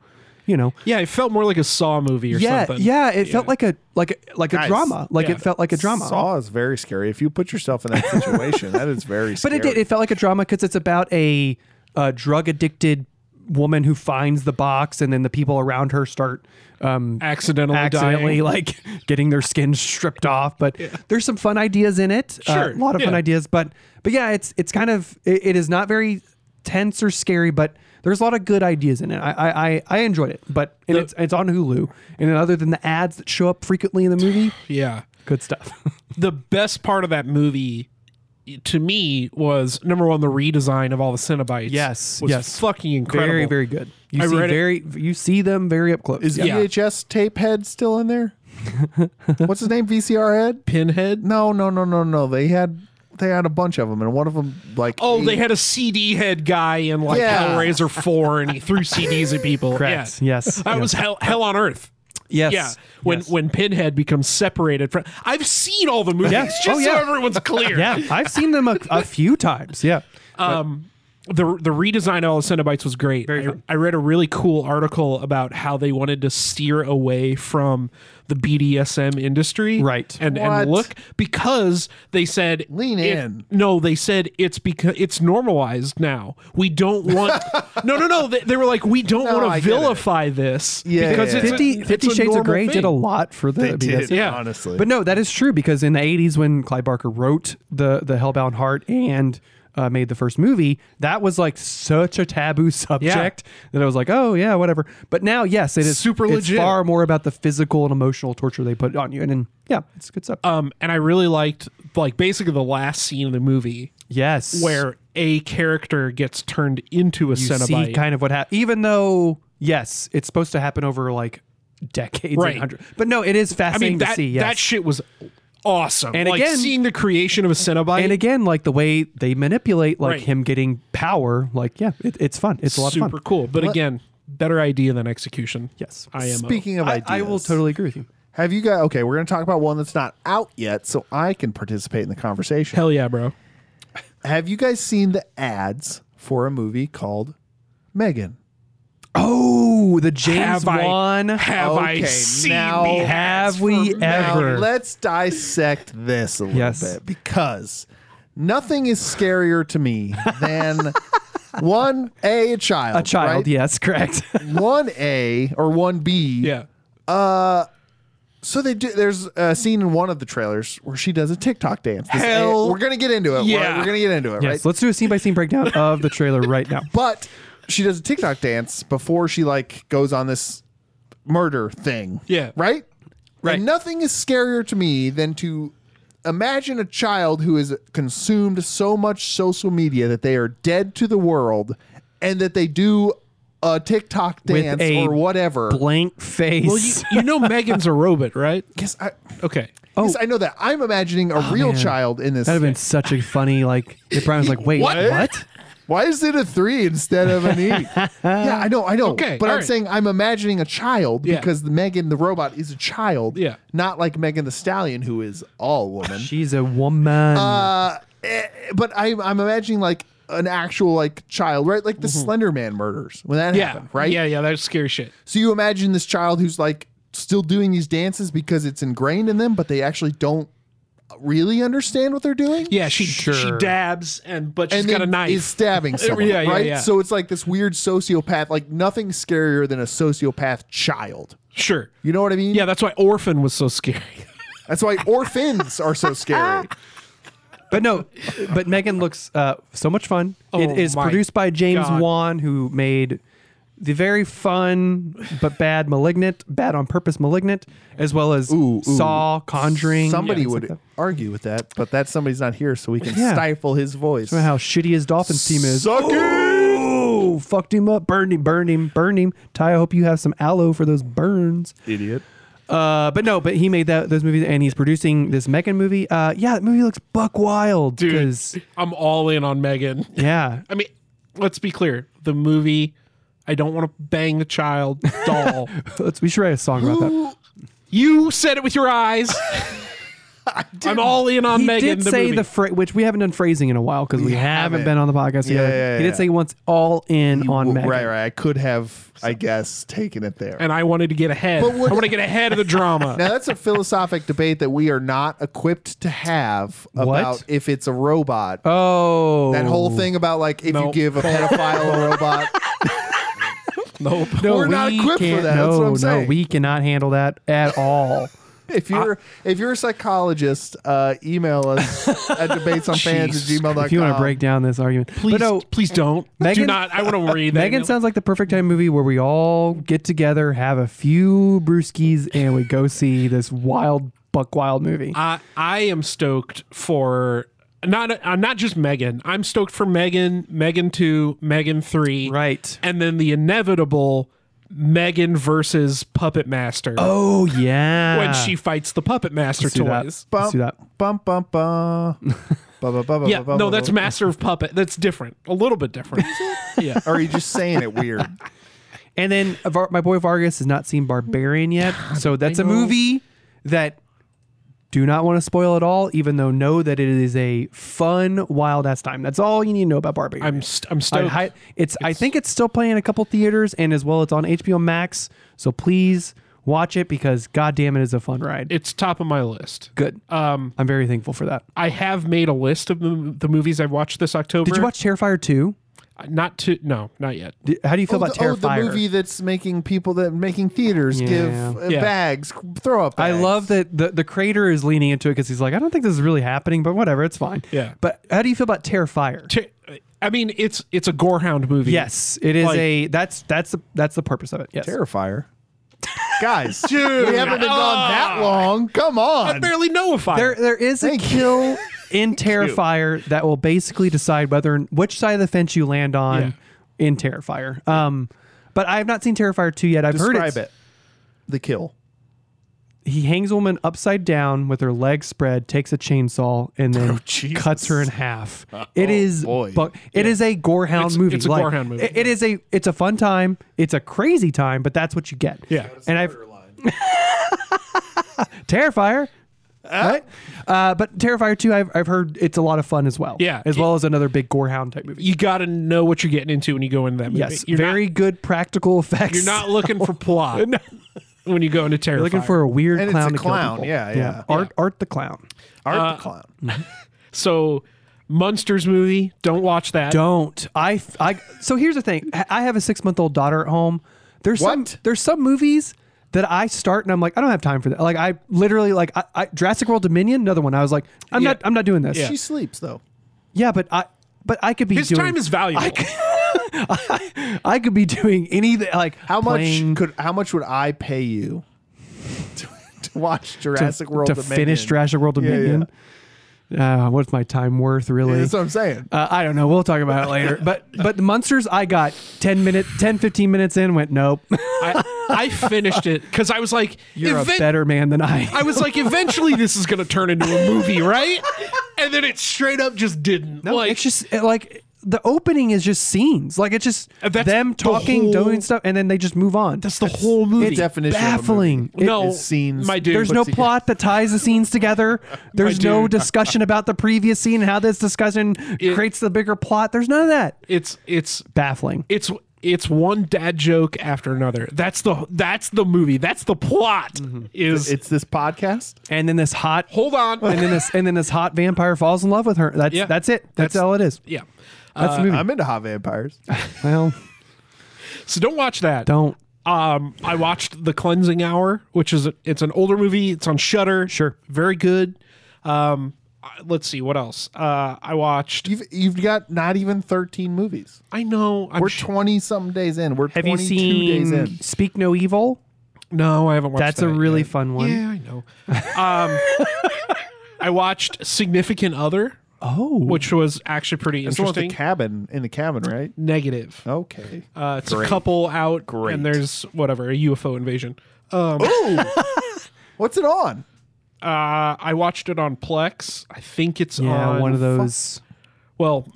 Speaker 2: you know.
Speaker 3: yeah it felt more like a saw movie or
Speaker 2: Yeah,
Speaker 3: something
Speaker 2: yeah. It felt
Speaker 3: Yeah.
Speaker 2: like a like a, like a
Speaker 1: Nice.
Speaker 2: drama. Like
Speaker 3: Yeah.
Speaker 2: it felt like a drama.
Speaker 1: Saw is very scary. If you put yourself in
Speaker 2: (laughs)
Speaker 1: that situation, that is very
Speaker 2: But
Speaker 1: scary.
Speaker 2: it did. It felt like a drama because it's about a, uh drug addicted woman who finds the box, and then the people around her start um,
Speaker 3: accidentally,
Speaker 2: accidentally (laughs)
Speaker 3: dying.
Speaker 2: like getting their skin stripped off. But there's some fun ideas in it. Uh,
Speaker 3: Sure,
Speaker 2: a lot of fun
Speaker 3: yeah.
Speaker 2: ideas. But but yeah, it's it's kind of it, it is not very tense or scary, but. There's a lot of good ideas in it. I I, I, I enjoyed it, but and
Speaker 3: The-
Speaker 2: it's it's on Hulu. And then other than the ads that show up frequently in the movie,
Speaker 3: yeah
Speaker 2: good stuff. (laughs)
Speaker 3: the best part of that movie to me was number one the redesign of all the Cenobites.
Speaker 2: Yes,
Speaker 3: was
Speaker 2: yes.
Speaker 3: fucking incredible.
Speaker 2: Very very good. You
Speaker 3: I
Speaker 2: see
Speaker 3: read it-
Speaker 2: very you see them very up close.
Speaker 1: Is
Speaker 3: Yeah.
Speaker 1: VHS tape head still in
Speaker 2: (laughs)
Speaker 1: there? What's his name? VCR head?
Speaker 3: Pinhead.
Speaker 1: No, no, no, no, no. They had they had a bunch of them, and one of them like
Speaker 3: Oh,
Speaker 1: he-
Speaker 3: they had a CD head guy in like
Speaker 1: Yeah.
Speaker 3: Hellraiser
Speaker 2: (laughs)
Speaker 3: Four, and he threw CDs at people.
Speaker 2: Correct.
Speaker 3: Yeah.
Speaker 2: Yes.
Speaker 3: (laughs) that
Speaker 2: Yeah.
Speaker 3: was hell, hell on earth.
Speaker 2: Yes.
Speaker 3: Yeah, when when Pinhead becomes separated from, I've seen all the movies.
Speaker 2: Yeah.
Speaker 3: Just
Speaker 2: Oh,
Speaker 3: so
Speaker 2: yeah.
Speaker 3: everyone's
Speaker 2: (laughs)
Speaker 3: clear.
Speaker 2: yeah, I've seen them a, a few times. Yeah.
Speaker 3: um, the the redesign of all the Cenobites was great. I, I read a really cool article about how they wanted to steer away from the BDSM industry,
Speaker 2: Right.
Speaker 3: And
Speaker 1: What?
Speaker 3: and look because they said
Speaker 1: Lean
Speaker 3: it-
Speaker 1: in.
Speaker 3: No, they said it's because it's normalized now. We don't
Speaker 1: (laughs)
Speaker 3: want. no, no, no. They, they were like, we don't
Speaker 1: No,
Speaker 3: want
Speaker 1: I
Speaker 3: to
Speaker 1: get it.
Speaker 3: vilify this.
Speaker 1: Yeah,
Speaker 3: because
Speaker 1: yeah,
Speaker 3: It's a-
Speaker 2: 50,
Speaker 3: it's
Speaker 2: 50
Speaker 3: a
Speaker 2: Shades of
Speaker 3: normal
Speaker 2: Grey
Speaker 3: thing.
Speaker 2: did a lot for the
Speaker 1: They did,
Speaker 2: BDSM.
Speaker 3: yeah.
Speaker 1: honestly.
Speaker 2: But no, that is true because in the 80s when Clyde Barker wrote the the Hellbound Heart and uh, made the first movie, that was like such a taboo (laughs) subject that I was like, oh yeah, whatever. But now, yes, it is
Speaker 3: Super
Speaker 2: it's
Speaker 3: legit.
Speaker 2: far more about the physical and emotional torture they put on you, and, then yeah, it's good stuff.
Speaker 3: Um, and I really liked like basically the last scene of the movie
Speaker 2: yes,
Speaker 3: where a character gets turned into a
Speaker 2: you
Speaker 3: Cenobite.
Speaker 2: see kind of what happened. Even though, yes, it's supposed to happen over like decades,
Speaker 3: Right.
Speaker 2: and hundred. But no, it is
Speaker 3: I
Speaker 2: fascinating
Speaker 3: mean, that,
Speaker 2: to see. Yes.
Speaker 3: that shit was awesome.
Speaker 2: And
Speaker 3: like
Speaker 2: again-
Speaker 3: seeing the creation of a Cenobite.
Speaker 2: and again, like the way they manipulate, like
Speaker 3: Right.
Speaker 2: him getting power, like yeah, it, it's fun. It's a lot
Speaker 3: super
Speaker 2: of fun.
Speaker 3: cool. But again, better idea than execution.
Speaker 2: Yes.
Speaker 3: I am.
Speaker 1: Speaking of
Speaker 2: I,
Speaker 1: ideas,
Speaker 2: I will totally agree with you.
Speaker 1: Have you got okay? We're gonna talk about one that's not out yet, so I can participate in the conversation.
Speaker 3: hell yeah, bro.
Speaker 1: Have you guys seen the ads for a movie called Megan?
Speaker 2: Oh, the James
Speaker 3: Have I-
Speaker 2: Wan. Oh,
Speaker 3: Have I
Speaker 1: Okay,
Speaker 3: seen
Speaker 1: now-
Speaker 3: the ads
Speaker 2: Have
Speaker 3: for
Speaker 2: we
Speaker 3: Meg?
Speaker 1: Now,
Speaker 2: ever?
Speaker 1: let's dissect this a little
Speaker 2: Yes.
Speaker 1: bit because nothing is scarier to me than
Speaker 2: (laughs)
Speaker 1: one a child,
Speaker 2: a child,
Speaker 1: right?
Speaker 2: yes, correct. (laughs)
Speaker 1: one a or one b,
Speaker 3: Yeah.
Speaker 1: So they do. There's a scene in one of the trailers where she does a TikTok dance. This-
Speaker 3: Hell
Speaker 1: we're gonna get into it.
Speaker 3: yeah.
Speaker 1: We're, we're gonna get into it.
Speaker 2: yes,
Speaker 1: right?
Speaker 2: let's do a scene by scene breakdown of the trailer right
Speaker 1: (laughs)
Speaker 2: now.
Speaker 1: But she does a TikTok dance before she like goes on this murder thing.
Speaker 3: Yeah.
Speaker 1: Right.
Speaker 3: Right.
Speaker 1: And nothing is scarier to me than to imagine a child who has consumed so much social media that they are dead to the world, and that they do a TikTok
Speaker 2: With
Speaker 1: dance
Speaker 2: a
Speaker 1: or whatever.
Speaker 2: Blank face.
Speaker 3: Well, you, you know Megan's a robot, right?
Speaker 1: Yes, I,
Speaker 3: Okay.
Speaker 1: Yes, I know that. I'm imagining a real
Speaker 2: Oh. man.
Speaker 1: child in this.
Speaker 2: That'd have been such a funny like. The Brian was
Speaker 1: (laughs)
Speaker 2: like, "Wait, what?
Speaker 1: What? Why is it a three instead of an
Speaker 2: (laughs)
Speaker 1: eight? yeah, I know, I know.
Speaker 3: Okay,
Speaker 1: but
Speaker 3: all
Speaker 1: I'm
Speaker 3: right.
Speaker 1: saying I'm imagining a child
Speaker 3: Yeah.
Speaker 1: because Megan the robot is a child.
Speaker 3: Yeah.
Speaker 1: Not like Megan the Stallion, who is all woman.
Speaker 2: She's a woman."
Speaker 1: uh, eh, but I, I'm imagining like an actual like child, right? Like the Slender Man murders when that
Speaker 3: Mm-hmm. Yeah.
Speaker 1: happened, right?
Speaker 3: Yeah, yeah, that's scary shit.
Speaker 1: So you imagine this child who's like still doing these dances because it's ingrained in them, but they actually don't really understand what they're doing.
Speaker 3: Yeah, she she
Speaker 2: Sure.
Speaker 3: dabs and but she's
Speaker 1: and
Speaker 3: got a
Speaker 1: then
Speaker 3: knife.
Speaker 1: Is
Speaker 3: (laughs)
Speaker 1: stabbing someone,
Speaker 3: Yeah, yeah,
Speaker 1: right?
Speaker 3: yeah.
Speaker 1: So it's like this weird sociopath. Like nothing scarier than a sociopath child.
Speaker 3: sure.
Speaker 1: You know what I mean?
Speaker 3: Yeah, that's why Orphan was so scary. (laughs)
Speaker 1: That's why orphans are so scary.
Speaker 2: but no, but Megan looks uh, so much fun. it
Speaker 3: Oh
Speaker 2: is
Speaker 3: my
Speaker 2: produced by James
Speaker 3: God.
Speaker 2: Wan, who made the very fun but bad Malignant, bad on purpose Malignant, as well as
Speaker 1: Ooh, ooh.
Speaker 2: Saw, Conjuring.
Speaker 1: Somebody
Speaker 2: things like
Speaker 1: would
Speaker 2: that.
Speaker 1: argue with that, but that somebody's not here, so we can
Speaker 2: Yeah.
Speaker 1: stifle his voice.
Speaker 2: how shitty his Dolphins team is.
Speaker 1: Suck it!
Speaker 2: Ooh, fucked him up, burned him, burned him, burned him. Ty, I hope you have some aloe for those burns.
Speaker 1: idiot.
Speaker 2: Uh, but no, but he made that those movies, and he's producing this Megan movie. Uh, yeah, that movie looks buck wild,
Speaker 3: Dude,
Speaker 2: 'cause-
Speaker 3: I'm all in on Megan.
Speaker 1: (laughs)
Speaker 2: Yeah,
Speaker 3: I mean, let's be clear. The movie, I don't want to bang the child
Speaker 2: (laughs)
Speaker 3: doll.
Speaker 2: let's we should write a song about that.
Speaker 3: you said it with
Speaker 1: (laughs)
Speaker 3: your eyes. I'm all in on
Speaker 2: he
Speaker 3: Megan.
Speaker 2: did
Speaker 3: the
Speaker 2: say
Speaker 3: movie.
Speaker 2: the phrase, which we haven't done phrasing in a while because we, haven't,
Speaker 1: haven't.
Speaker 2: been on the podcast.
Speaker 1: Yeah,
Speaker 2: together.
Speaker 1: yeah,
Speaker 2: he
Speaker 1: yeah.
Speaker 2: did say once all in on Megan.
Speaker 1: Right, right. I could have, I guess, taken it there.
Speaker 3: and I wanted to get ahead.
Speaker 1: But what-
Speaker 3: I want to get ahead of
Speaker 1: (laughs)
Speaker 3: the drama.
Speaker 1: now that's a philosophic debate that we are not equipped to have about
Speaker 2: What?
Speaker 1: if it's a robot.
Speaker 2: Oh,
Speaker 1: that whole thing about like if you
Speaker 3: Nope.
Speaker 1: give a pedophile
Speaker 2: (laughs)
Speaker 1: a robot,
Speaker 3: nope.
Speaker 2: No,
Speaker 1: We're not
Speaker 2: we
Speaker 1: equipped for
Speaker 2: can't-
Speaker 1: that. That's
Speaker 2: No,
Speaker 1: what I'm
Speaker 2: no,
Speaker 1: saying.
Speaker 2: we cannot handle that at
Speaker 1: (laughs)
Speaker 2: all.
Speaker 1: If you're if you're a psychologist, uh, email
Speaker 2: (laughs)
Speaker 1: us at debates on fans
Speaker 3: Jesus.
Speaker 1: at gmail.com.
Speaker 2: if you want to
Speaker 1: um,
Speaker 2: break down this argument,
Speaker 3: Please,
Speaker 2: But no,
Speaker 3: please don't. Do
Speaker 2: Megan-
Speaker 3: not. I want to read that.
Speaker 2: Megan sounds like the perfect time movie where we all get together, have a few brewskis, and we go see this wild, buck wild movie.
Speaker 3: I I am stoked for not uh, not just Megan. I'm stoked for Megan, Megan two, Megan three,
Speaker 2: right.
Speaker 3: and then the inevitable Megan versus Puppet Master
Speaker 2: Oh yeah.
Speaker 3: when she fights the Puppet Master
Speaker 2: do that.
Speaker 3: toys.
Speaker 2: Let's do that.
Speaker 1: Bum bum bum. Ba, ba,
Speaker 2: Oh,
Speaker 1: ba, ba,
Speaker 3: Yeah,
Speaker 1: ba, ba,
Speaker 3: no,
Speaker 1: ba,
Speaker 3: that's
Speaker 1: ba.
Speaker 3: Master of Puppet. That's different, a little bit different. (laughs) yeah,
Speaker 1: Or are you just saying it
Speaker 2: (laughs)
Speaker 1: weird?
Speaker 2: And then Var- my boy Vargas has not seen Barbarian yet, so that's a
Speaker 3: know.
Speaker 2: movie that do not want to spoil at all. Even though know that it is a fun, wild ass time. That's all you need to know about Barbarian.
Speaker 3: I'm st- I'm
Speaker 2: I,
Speaker 3: stoked.
Speaker 2: hi- it's, I think it's still playing in a couple theaters, and as well, it's on HBO Max. So please watch it because goddamn, it is a fun ride.
Speaker 3: it's top of my list.
Speaker 2: Good.
Speaker 3: Um,
Speaker 2: I'm very thankful for that.
Speaker 3: I have made a list of the, the movies I've watched this October. Uh,
Speaker 2: Did you watch Terrifier 2?
Speaker 3: Not to no, not yet.
Speaker 2: Did- How do you feel
Speaker 1: oh,
Speaker 2: about
Speaker 1: the, oh, the
Speaker 2: Terrifier?
Speaker 1: movie that's making people that making theaters give uh,
Speaker 3: Yeah.
Speaker 1: bags, throw up.
Speaker 2: I
Speaker 1: bags.
Speaker 2: love that the, the creator is leaning into it because he's like, I don't think this is really happening, but whatever, it's fine.
Speaker 3: Yeah.
Speaker 2: But how do you feel about Terrifier?
Speaker 3: Ter- I mean, it's it's a gorehound movie.
Speaker 2: yes, it is
Speaker 3: Like-
Speaker 2: a that's that's the that's the purpose of it. Yes.
Speaker 1: Terrifier.
Speaker 2: (laughs)
Speaker 1: Guys, we haven't been gone that long. Come
Speaker 3: I
Speaker 1: on.
Speaker 3: barely know if I.
Speaker 2: Oh. Um, There there is a
Speaker 1: Thank you.
Speaker 2: kill in Terrifier that will basically decide whether which side of the fence you land on in Terrifier. Um but I have not seen Terrifier 2 yet. I've heard
Speaker 1: Describe
Speaker 2: it's-
Speaker 1: it. The kill.
Speaker 2: he hangs a woman upside down with her legs spread, takes a chainsaw, and
Speaker 3: (laughs) Oh,
Speaker 2: then
Speaker 1: Jesus.
Speaker 2: cuts her in half. it is
Speaker 1: boy.
Speaker 2: bu- it is a gorehound
Speaker 3: It's-
Speaker 2: movie.
Speaker 3: it's a
Speaker 2: like,
Speaker 3: gorehound movie.
Speaker 2: it- it is a it's a fun time. It's a crazy time, but that's what you get.
Speaker 3: Yeah.
Speaker 2: and I've (laughs) Terrifier. right? Uh, but Terrifier 2, I've, I've heard it's a lot of fun as well.
Speaker 3: Yeah.
Speaker 2: As well as another big gorehound type movie.
Speaker 3: you got to know what you're getting into when you go into that movie.
Speaker 2: Yes.
Speaker 3: you're
Speaker 2: very
Speaker 3: Not,
Speaker 2: good practical effects.
Speaker 3: you're not looking for plot when you go into terror.
Speaker 2: You're (laughs) looking for a weird
Speaker 1: And it's
Speaker 2: clown
Speaker 1: a
Speaker 2: to kill
Speaker 1: clown.
Speaker 2: people.
Speaker 1: Yeah, yeah.
Speaker 2: Art, Art the clown.
Speaker 1: Art
Speaker 2: uh,
Speaker 1: the clown.
Speaker 3: so monsters movie. Don't watch that.
Speaker 2: don't I, I so here's the thing I- i have a six month old daughter at home there's
Speaker 1: What?
Speaker 2: some there's some movies that i start and i'm like i don't have time for that like i literally like i, I jurassic world dominion another one i was like i'm
Speaker 3: Yeah.
Speaker 2: not i'm not doing this
Speaker 3: Yeah.
Speaker 1: She sleeps though.
Speaker 2: Yeah, but i but i could be
Speaker 3: His
Speaker 2: doing
Speaker 3: time is valuable.
Speaker 2: i could be doing anything like
Speaker 1: How much
Speaker 2: playing
Speaker 1: could how much would I pay you (laughs) to, to watch
Speaker 2: to-
Speaker 1: Jurassic World
Speaker 2: to
Speaker 1: Dominion?
Speaker 2: finish jurassic world
Speaker 1: yeah.
Speaker 2: dominion uh, what's my time worth really?
Speaker 1: That's what I'm saying.
Speaker 2: Uh, I don't know. We'll talk about it later. But but the Munsters, I got 10 minute, 10, 15 minutes in, went, nope. (laughs)
Speaker 3: I, I finished it because I was like,
Speaker 2: You're a
Speaker 3: "Event-
Speaker 2: better man than I.
Speaker 3: I was like, eventually this is going to turn into a movie, right? And then it straight up just didn't.
Speaker 2: no,
Speaker 3: like,
Speaker 2: it's just it, like the opening is just scenes. Like it's just
Speaker 3: Uh, that's
Speaker 2: them
Speaker 3: the
Speaker 2: talking,
Speaker 3: whole-
Speaker 2: doing stuff, and then they just move on.
Speaker 3: that's the whole movie.
Speaker 2: it's
Speaker 1: Definition of a movie.
Speaker 2: baffling. It-
Speaker 3: no
Speaker 1: is scenes-
Speaker 3: My dude,
Speaker 2: There's no plot that ties the scenes
Speaker 3: (laughs)
Speaker 2: together. There's no
Speaker 3: dude. (laughs)
Speaker 2: discussion about the previous scene and how this discussion creates the bigger plot. There's none of that.
Speaker 3: It's it's
Speaker 2: Baffling.
Speaker 3: it's it's one dad joke after another. That's the that's the movie. That's the plot.
Speaker 2: Mm-hmm.
Speaker 3: Is
Speaker 1: It's this podcast.
Speaker 2: And then this hot
Speaker 3: hold on.
Speaker 2: and then this and then this hot vampire falls in love with her. That's
Speaker 3: Yeah.
Speaker 2: that's it. That's, all it is.
Speaker 3: yeah.
Speaker 2: That's the movie.
Speaker 1: I'm into hot vampires.
Speaker 2: well,
Speaker 3: So don't watch that.
Speaker 2: don't.
Speaker 3: Um, I watched The Cleansing Hour, which is a, it's an older movie. It's on Shutter.
Speaker 2: Sure.
Speaker 3: very good. Um, I- let's see what else. Uh, I watched.
Speaker 1: You've you've got not even 13 movies.
Speaker 3: I know. I'm
Speaker 1: We're
Speaker 3: sh-
Speaker 1: 20 something days in. We're
Speaker 2: Have
Speaker 1: 22
Speaker 2: you seen
Speaker 1: days in.
Speaker 2: Speak No Evil?
Speaker 3: no, I haven't watched.
Speaker 2: That's a
Speaker 3: that
Speaker 2: really
Speaker 3: yet.
Speaker 2: fun one.
Speaker 3: Yeah, I know. Um, I watched Significant Other,
Speaker 2: Oh,
Speaker 3: which was actually pretty
Speaker 1: It's the one with the
Speaker 3: interesting.
Speaker 1: cabin in the cabin, right?
Speaker 3: Negative.
Speaker 1: Okay.
Speaker 3: Uh, it's a
Speaker 1: Great.
Speaker 3: couple out,
Speaker 1: Great.
Speaker 3: and there's whatever a UFO invasion. Um, uh,
Speaker 1: What's it on?
Speaker 3: I watched it on Plex. I think it's
Speaker 2: yeah,
Speaker 3: on
Speaker 2: one of those.
Speaker 3: Well,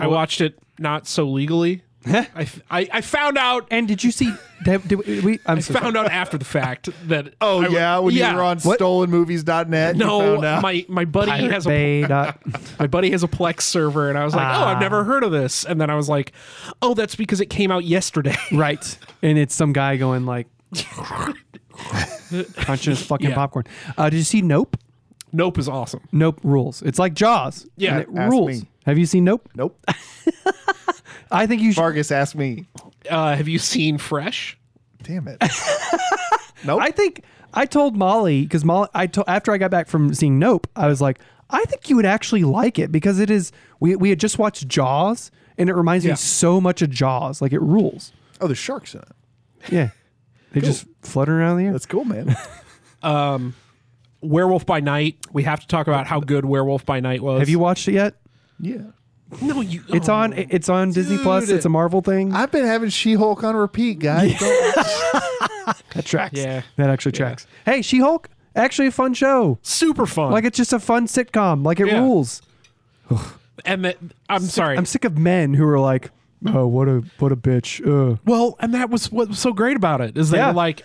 Speaker 3: I watched it not so legally.
Speaker 1: (laughs)
Speaker 3: I, f- I I found out.
Speaker 2: And did you see? Did, did we? I'm so sorry.
Speaker 3: Found out after the fact that
Speaker 1: Oh
Speaker 3: I-
Speaker 1: yeah, when
Speaker 3: yeah.
Speaker 1: you were on stolenmovies.net. you
Speaker 3: No,
Speaker 1: found out.
Speaker 3: my my buddy has a
Speaker 2: Bay dot-
Speaker 3: my buddy has a Plex server, and I was like, oh, I've
Speaker 2: Ah.
Speaker 3: never heard of this. And then I was like, oh, that's because it came out yesterday. (laughs)
Speaker 2: (laughs) right, and it's some guy going like (laughs) crunching his fucking
Speaker 3: Yeah.
Speaker 2: popcorn. Uh, did you see Nope?
Speaker 3: nope is awesome.
Speaker 2: Nope rules. It's like Jaws.
Speaker 3: Yeah.
Speaker 2: and it
Speaker 1: Ask
Speaker 2: rules.
Speaker 1: me.
Speaker 2: Have you seen Nope?
Speaker 1: nope.
Speaker 2: I think you
Speaker 1: (laughs)
Speaker 2: should.
Speaker 1: Vargas asked me.
Speaker 3: Uh, have you seen Fresh?
Speaker 1: Damn it. (laughs) nope.
Speaker 2: I think I told Molly because Molly, I told after I got back from seeing Nope, I was like, I think you would actually like it because it is. We we had just watched Jaws, and it reminds
Speaker 3: Yeah.
Speaker 2: me so much of Jaws. Like it rules.
Speaker 1: oh, there's sharks in it.
Speaker 2: Yeah, they just fluttering around in the air.
Speaker 1: That's cool, (laughs) man.
Speaker 3: Werewolf by Night. We have to talk about how good Werewolf by Night was.
Speaker 2: Have you watched it yet?
Speaker 1: yeah.
Speaker 3: No, you. Oh.
Speaker 2: It's on. It's on Disney Plus.
Speaker 3: dude.
Speaker 2: It's a Marvel thing.
Speaker 1: I've been having She-Hulk on repeat,
Speaker 3: (laughs)
Speaker 1: guys. Don't-
Speaker 2: that tracks.
Speaker 3: Yeah.
Speaker 2: that actually tracks. Hey, She Hulk, actually a fun show.
Speaker 3: super fun.
Speaker 2: Like it's just a fun sitcom. Like it
Speaker 3: Yeah.
Speaker 2: rules.
Speaker 3: and that, I'm sorry.
Speaker 2: I'm sick of men who are like, oh, what a what a bitch. Uh.
Speaker 3: well, and that was what was so great about it is they
Speaker 2: Yeah.
Speaker 3: were like,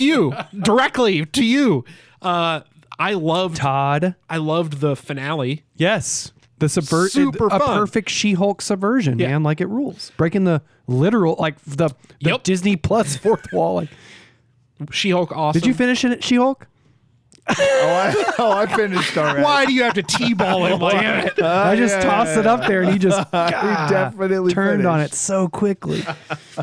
Speaker 2: (laughs)
Speaker 3: you," directly to you. Uh, I loved.
Speaker 2: Todd.
Speaker 3: I loved the finale.
Speaker 2: Yes. The subvert
Speaker 3: Super
Speaker 2: a
Speaker 3: fun.
Speaker 2: perfect She-Hulk subversion,
Speaker 3: Yeah.
Speaker 2: man. Like it rules. Breaking the literal like the, the
Speaker 3: Yep.
Speaker 2: Disney Plus fourth wall. Like
Speaker 3: She-Hulk. Awesome.
Speaker 2: did (laughs) you finish it She-Hulk?
Speaker 1: oh, I, oh, I finished already.
Speaker 3: Why do you have to
Speaker 2: (laughs)
Speaker 3: t-ball it? Like,
Speaker 2: I just
Speaker 1: yeah,
Speaker 2: tossed it up there and Uh, (laughs) he just
Speaker 1: We definitely
Speaker 2: turned on it
Speaker 1: finished.
Speaker 2: so quickly.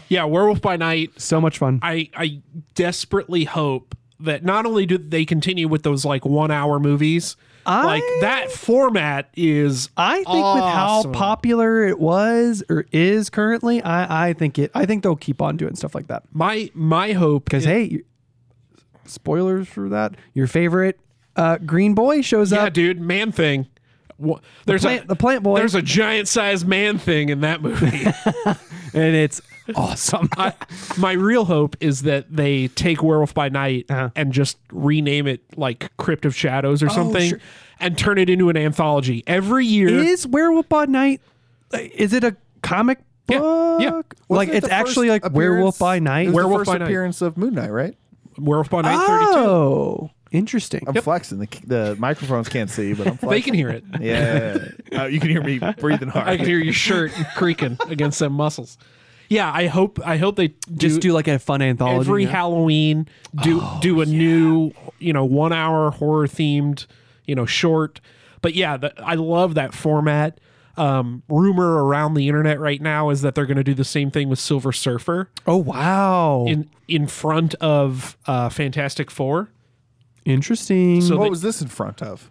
Speaker 3: yeah, Werewolf by Night.
Speaker 2: so much fun.
Speaker 3: I I desperately hope that not only do they continue with those like one-hour movies, like
Speaker 2: I-
Speaker 3: that format is.
Speaker 2: I think with how
Speaker 3: Awesome.
Speaker 2: popular it was or is currently, I, I think it I think they'll keep on doing stuff like that.
Speaker 3: my my hope
Speaker 2: Because hey, you- spoilers for that. Your favorite uh, Green Boy shows
Speaker 3: Yeah,
Speaker 2: up.
Speaker 3: dude, man thing. Wha- There's
Speaker 2: plant-
Speaker 3: a
Speaker 2: the plant boy.
Speaker 3: There's a giant sized man thing in that movie.
Speaker 2: (laughs) and it's awesome.
Speaker 3: (laughs) I, my real hope is that they take Werewolf by Night
Speaker 2: Uh-huh. Oh,
Speaker 3: and just rename it like Crypt of Shadows or something,
Speaker 2: sure.
Speaker 3: and turn it into an anthology every year.
Speaker 2: is Werewolf by Night? Is it a comic
Speaker 3: Yeah,
Speaker 2: book?
Speaker 3: yeah.
Speaker 2: Like
Speaker 1: Wasn't it
Speaker 2: it's
Speaker 1: the first
Speaker 2: actually like
Speaker 1: appearance-
Speaker 2: Werewolf by
Speaker 1: It
Speaker 2: Night.
Speaker 1: was the
Speaker 3: Werewolf
Speaker 1: first
Speaker 3: by Night.
Speaker 1: appearance of Moon Knight, right?
Speaker 3: Werewolf by Night 32.
Speaker 2: oh, interesting.
Speaker 1: I'm flexing. The, the microphones can't see, but
Speaker 2: Oh.
Speaker 1: I'm flexing.
Speaker 3: (laughs) They can hear it.
Speaker 1: Yeah. (laughs) Uh, you can hear me breathing hard.
Speaker 3: (laughs) I can hear your shirt creaking against them muscles. Yeah, I hope I hope they
Speaker 2: Just
Speaker 3: do
Speaker 2: do like a fun anthology.
Speaker 3: every
Speaker 2: yeah. Oh,
Speaker 3: Halloween do do a new you know one hour horror themed you know short. But yeah, the, I love that format. Um, rumor around the internet right now is that they're going to do the same thing with Silver Surfer
Speaker 2: oh wow,
Speaker 3: in in front of uh, Fantastic Four.
Speaker 2: interesting.
Speaker 3: So
Speaker 1: what
Speaker 3: they-
Speaker 1: was this in front of?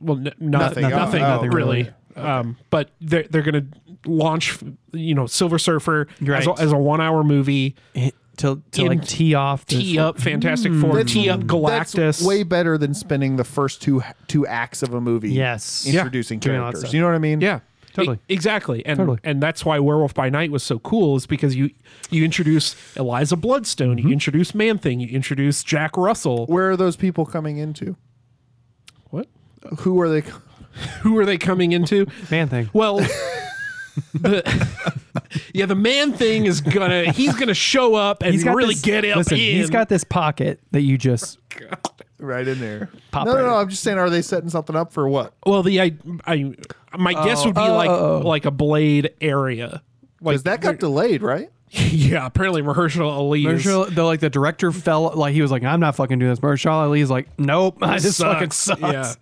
Speaker 3: well, n- not,
Speaker 1: Nothing.
Speaker 3: nothing,
Speaker 1: Oh,
Speaker 2: nothing
Speaker 3: really. Um, but they're they're gonna launch, you know, Silver Surfer
Speaker 2: Right.
Speaker 3: as, a, as a one hour movie.
Speaker 2: I- to, to
Speaker 3: In-
Speaker 2: like tee off. the-
Speaker 3: Tee up Fantastic Four, tee up
Speaker 1: That's
Speaker 3: Galactus.
Speaker 1: way better than spending the first two two acts of a movie.
Speaker 2: Yes. Yeah.
Speaker 1: introducing
Speaker 2: Doing all that
Speaker 1: characters.
Speaker 2: stuff.
Speaker 1: You know what I mean?
Speaker 3: yeah.
Speaker 2: Totally.
Speaker 3: E- exactly. And
Speaker 2: Totally.
Speaker 3: and that's why Werewolf by Night was so cool is because you you introduce Eliza Bloodstone,
Speaker 2: Mm-hmm.
Speaker 3: you introduce Man Thing, you introduce Jack Russell.
Speaker 1: Where are those people coming into?
Speaker 3: What?
Speaker 1: Who are they?
Speaker 3: Who are they coming into?
Speaker 2: Man thing. (laughs)
Speaker 3: Well, the, (laughs) yeah, the man thing is gonna he's gonna show up and really
Speaker 2: this-
Speaker 3: get up
Speaker 2: listen,
Speaker 3: in.
Speaker 2: He's got this pocket that you just
Speaker 1: Right in there.
Speaker 2: (laughs) Pop
Speaker 1: no,
Speaker 2: right
Speaker 1: no, no.
Speaker 2: in.
Speaker 1: I'm just saying, are they setting something up for what?
Speaker 3: well, the I, I my guess would be
Speaker 1: Uh,
Speaker 2: Oh,
Speaker 3: like
Speaker 2: oh, oh.
Speaker 3: like a blade area. (laughs) Like
Speaker 1: Because that got delayed, right?
Speaker 3: yeah, apparently Mahershala Ali. is-
Speaker 2: Marshall, the like the director fell like he was like, I'm not fucking doing this. Mahershala Ali's like, nope, (laughs) this fucking sucks.
Speaker 3: sucks." Yeah.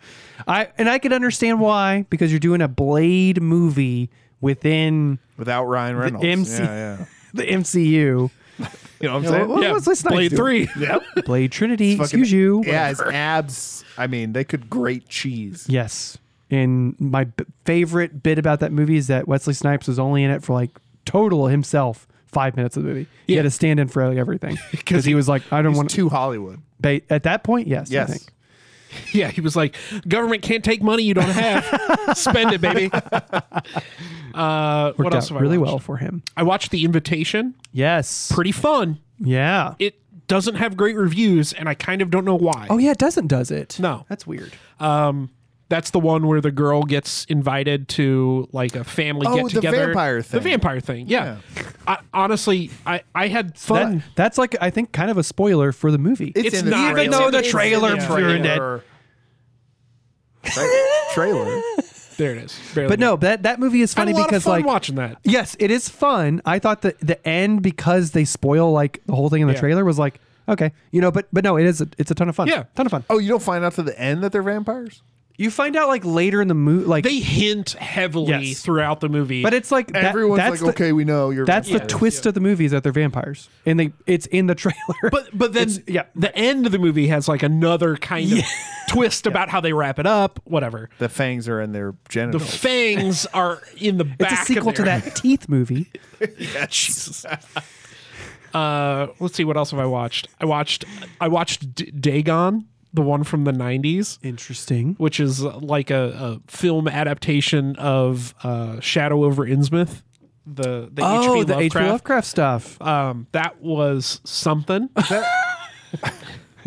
Speaker 2: I and I could understand why because you're doing a Blade movie within
Speaker 1: Without Ryan Reynolds.
Speaker 2: MC. (laughs)
Speaker 1: Yeah, yeah.
Speaker 2: the MCU.
Speaker 1: You know what I'm
Speaker 2: Yeah,
Speaker 1: saying?
Speaker 2: well,
Speaker 3: Yeah,
Speaker 2: let's- let's not
Speaker 3: Blade
Speaker 2: do it.
Speaker 3: Three.
Speaker 2: (laughs) Blade Trinity,
Speaker 1: Fucking-
Speaker 2: excuse you.
Speaker 1: Yeah, his abs. I mean, they could grate
Speaker 2: (laughs)
Speaker 1: cheese.
Speaker 2: Yes. And my b- favorite bit about that movie is that Wesley Snipes was only in it for like total himself five minutes of the movie. He had
Speaker 3: Yeah.
Speaker 2: to stand in for like
Speaker 3: (laughs)
Speaker 2: everything because he was like, I don't
Speaker 1: He's
Speaker 2: want to.
Speaker 1: too Hollywood.
Speaker 2: Ba- at that point, yes. I
Speaker 1: Yes.
Speaker 2: think.
Speaker 3: Yeah, he was like, government can't take money you don't have. Spend
Speaker 2: (laughs)
Speaker 3: it, baby. Uh, what
Speaker 2: Worked
Speaker 3: else?
Speaker 2: out
Speaker 3: Have I
Speaker 2: really
Speaker 3: watched?
Speaker 2: well for him.
Speaker 3: I watched The Invitation.
Speaker 2: Yes.
Speaker 3: Pretty fun.
Speaker 2: yeah.
Speaker 3: It doesn't have great reviews, and I kind of don't know why.
Speaker 2: oh yeah, it doesn't, does it?
Speaker 3: No.
Speaker 2: That's weird.
Speaker 3: Um, that's the one where the girl gets invited to like a family
Speaker 1: Oh,
Speaker 3: get together.
Speaker 1: the vampire thing.
Speaker 3: The vampire thing. Yeah. I, honestly, I, I had fun.
Speaker 2: That, that's like I think kind of a spoiler for the movie.
Speaker 3: It's
Speaker 1: in the
Speaker 3: not-
Speaker 1: trailer.
Speaker 3: even though the
Speaker 1: It's in
Speaker 2: trailer ruined it.
Speaker 1: Tra- trailer.
Speaker 3: there it is. Barely
Speaker 2: but
Speaker 3: made it.
Speaker 2: no, that that movie is
Speaker 3: I had
Speaker 2: funny
Speaker 3: a lot
Speaker 2: because
Speaker 3: of fun
Speaker 2: like
Speaker 3: watching that.
Speaker 2: Yes, it is fun. I thought the the end because they spoil like the whole thing in the
Speaker 3: Yeah.
Speaker 2: trailer was like okay, you know, but but no, it is a, it's a ton of fun.
Speaker 3: Yeah.
Speaker 2: ton of fun.
Speaker 1: Oh, you don't find out to the end that they're vampires?
Speaker 2: You find out like later in the movie, like
Speaker 3: They hint heavily
Speaker 2: Yes.
Speaker 3: throughout the movie.
Speaker 2: but it's like that,
Speaker 1: Everyone's
Speaker 2: that's
Speaker 1: like,
Speaker 2: the,
Speaker 1: okay, we know you're.
Speaker 2: That's the
Speaker 1: vampires.
Speaker 2: twist of the movie is that they're vampires, and they it's in the (laughs) trailer.
Speaker 3: But but then
Speaker 2: yeah.
Speaker 3: the end of the movie has like another kind of (laughs) twist about how they wrap it up. Whatever.
Speaker 1: The fangs are in their
Speaker 3: The
Speaker 1: genitals.
Speaker 3: fangs are in the back.
Speaker 2: it's a sequel
Speaker 3: of
Speaker 2: to
Speaker 3: their-
Speaker 2: that Teeth movie.
Speaker 1: Jesus.
Speaker 3: Uh, let's see what else have I watched. I watched I watched D- Dagon, the one from the '90s,
Speaker 2: Interesting.
Speaker 3: which is uh, like a, a film adaptation of uh, Shadow over Innsmouth. The the
Speaker 2: Oh,
Speaker 3: H.P.
Speaker 2: the H.P.
Speaker 3: Lovecraft.
Speaker 2: Lovecraft stuff.
Speaker 3: Um, that was something.
Speaker 1: so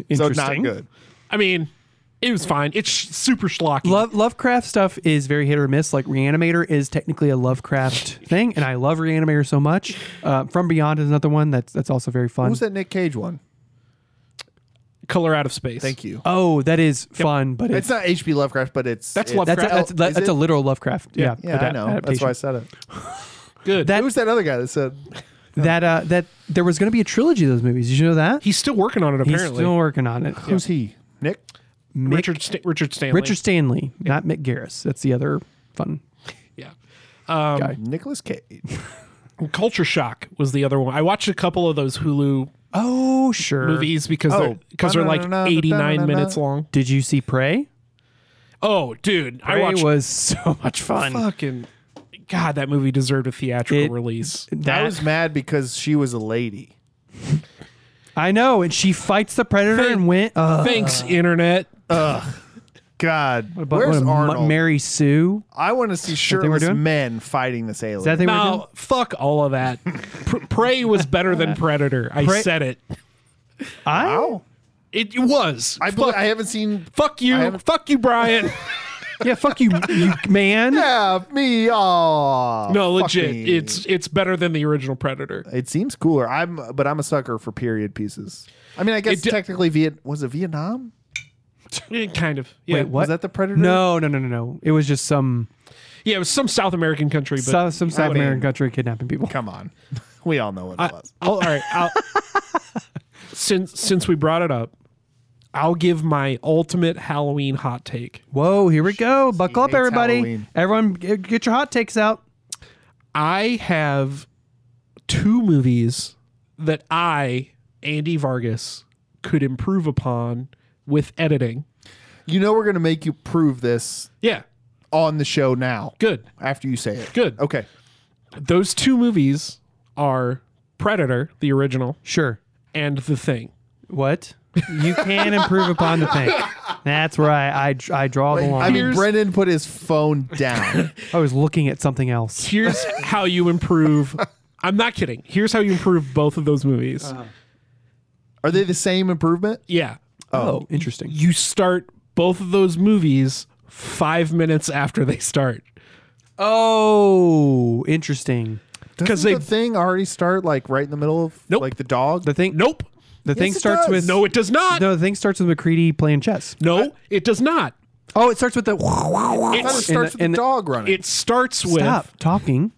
Speaker 2: Interesting.
Speaker 1: not good.
Speaker 3: I mean, it was fine. It's sh- super schlocky.
Speaker 2: Love, Lovecraft stuff is very hit or miss. Like Reanimator is technically a Lovecraft thing, and I love Reanimator so much. Uh, From Beyond is another one that's that's also very fun.
Speaker 1: Who's that Nick Cage one?
Speaker 3: Color out of space.
Speaker 1: Thank you.
Speaker 2: Oh, that is fun, but it's,
Speaker 1: It's not H.P. Lovecraft, but it's
Speaker 3: That's
Speaker 1: it's-
Speaker 2: that's
Speaker 3: Lovecraft.
Speaker 2: a, that's,
Speaker 1: Is
Speaker 2: that- that's
Speaker 1: it?
Speaker 2: a literal Lovecraft. Yeah,
Speaker 1: Yeah, I
Speaker 2: adap-
Speaker 1: know. That's why I
Speaker 2: adaptation.
Speaker 1: said it.
Speaker 3: Good.
Speaker 2: That-
Speaker 1: Who's that other guy that said?
Speaker 2: that uh, that there was going to be a trilogy of those movies. Did you know that?
Speaker 3: He's still working on it.
Speaker 2: He's
Speaker 3: Apparently,
Speaker 2: still working on it.
Speaker 1: Who's he? Nick.
Speaker 2: Mick-
Speaker 3: Richard Sta- Richard Stanley.
Speaker 2: Richard Stanley, not Mick Garris. That's the other fun
Speaker 3: Yeah. Um,
Speaker 2: guy.
Speaker 1: Nicholas Cage.
Speaker 3: Culture Shock was the other one. I watched a couple of those Hulu
Speaker 2: Oh, sure.
Speaker 3: movies because they're
Speaker 1: Oh.
Speaker 3: because they're like 89 minutes long.
Speaker 2: Did you see Prey?
Speaker 3: Oh, dude, I
Speaker 2: Prey
Speaker 3: watched
Speaker 2: was so (laughs) much fun.
Speaker 3: fucking God, that movie deserved a theatrical
Speaker 2: It-
Speaker 3: release.
Speaker 2: That
Speaker 1: I was mad because she was a lady.
Speaker 2: I know, and she fights the predator
Speaker 3: Thank-
Speaker 2: and went. Uh,
Speaker 3: Thanks, internet.
Speaker 1: God,
Speaker 2: but
Speaker 1: where's
Speaker 2: what a Ma-
Speaker 1: Arnold?
Speaker 2: Mary Sue?
Speaker 1: I want to see
Speaker 2: they were
Speaker 1: shirtless
Speaker 2: doing?
Speaker 1: men fighting this alien.
Speaker 2: Is that they were doing?
Speaker 3: No, fuck all
Speaker 2: (laughs)
Speaker 3: of that. Pr- Prey was better than Predator. I
Speaker 2: Prey-
Speaker 3: said it.
Speaker 2: I
Speaker 1: Wow.
Speaker 3: It was.
Speaker 1: I, bel-
Speaker 3: fuck,
Speaker 1: I haven't seen.
Speaker 3: fuck
Speaker 1: I
Speaker 3: you.
Speaker 1: haven't-
Speaker 3: Fuck you,
Speaker 2: (laughs)
Speaker 3: Brian.
Speaker 2: yeah, fuck you, (laughs) you man.
Speaker 1: Yeah, me. Aw,
Speaker 3: no,
Speaker 1: fuck
Speaker 3: legit.
Speaker 1: me.
Speaker 3: It's it's better than the original Predator.
Speaker 2: (laughs)
Speaker 1: It seems cooler. I'm, but I'm a sucker for period pieces. I mean, I guess
Speaker 3: It d-
Speaker 1: technically, Viet was it Vietnam?
Speaker 3: Eh, kind of. Yeah.
Speaker 2: Wait, what?
Speaker 1: Was that the Predator?
Speaker 2: No, no, no, no, no. It was just some
Speaker 3: Yeah, it was some South American country, but
Speaker 2: South, some South
Speaker 1: mean-
Speaker 2: American country kidnapping people.
Speaker 1: Come on, (laughs) we all know what
Speaker 3: I,
Speaker 1: it was.
Speaker 3: I'll, all right. I'll, (laughs) since since we brought it up, I'll give my ultimate Halloween hot take.
Speaker 2: Whoa, here we go. Buckle up,
Speaker 1: hates
Speaker 2: everybody.
Speaker 1: Halloween.
Speaker 2: Everyone, get, get your hot takes out.
Speaker 3: I have two movies that I, Andy Vargas, could improve upon with editing.
Speaker 1: You know, we're gonna make you prove this
Speaker 3: Yeah,
Speaker 1: on the show now.
Speaker 3: good.
Speaker 1: After you say it.
Speaker 3: Good.
Speaker 1: Okay.
Speaker 3: Those two movies are Predator, the original,
Speaker 2: Sure.
Speaker 3: and The Thing.
Speaker 2: What? You can improve upon
Speaker 1: (laughs)
Speaker 2: the thing. That's where I, I, dr- I draw
Speaker 3: Oh,
Speaker 2: the line.
Speaker 1: I
Speaker 2: I,
Speaker 1: mean, Brendan put his phone
Speaker 3: (laughs)
Speaker 1: down.
Speaker 2: was looking at something else.
Speaker 3: Here's how you improve. I'm not kidding. Here's how you improve both of those movies.
Speaker 1: Are they the same improvement?
Speaker 3: Yeah.
Speaker 2: Oh, interesting.
Speaker 3: You start both of those movies five minutes after they start.
Speaker 2: Oh, interesting.
Speaker 1: Because
Speaker 3: they-
Speaker 1: the thing already start like right in the middle of
Speaker 3: Nope.
Speaker 1: like the dog.
Speaker 2: The thing.
Speaker 3: Nope.
Speaker 2: The thing
Speaker 1: it
Speaker 2: starts
Speaker 1: does.
Speaker 2: with
Speaker 3: No, it does not.
Speaker 2: No, the thing starts with McCready playing chess.
Speaker 3: No, it does not.
Speaker 2: Oh, it starts
Speaker 1: (laughs)
Speaker 2: with the.
Speaker 1: I thought it
Speaker 3: It's,
Speaker 2: in
Speaker 1: starts
Speaker 2: the-
Speaker 1: with
Speaker 2: in
Speaker 1: the
Speaker 2: the-
Speaker 1: dog running.
Speaker 3: it starts with
Speaker 2: Stop talking.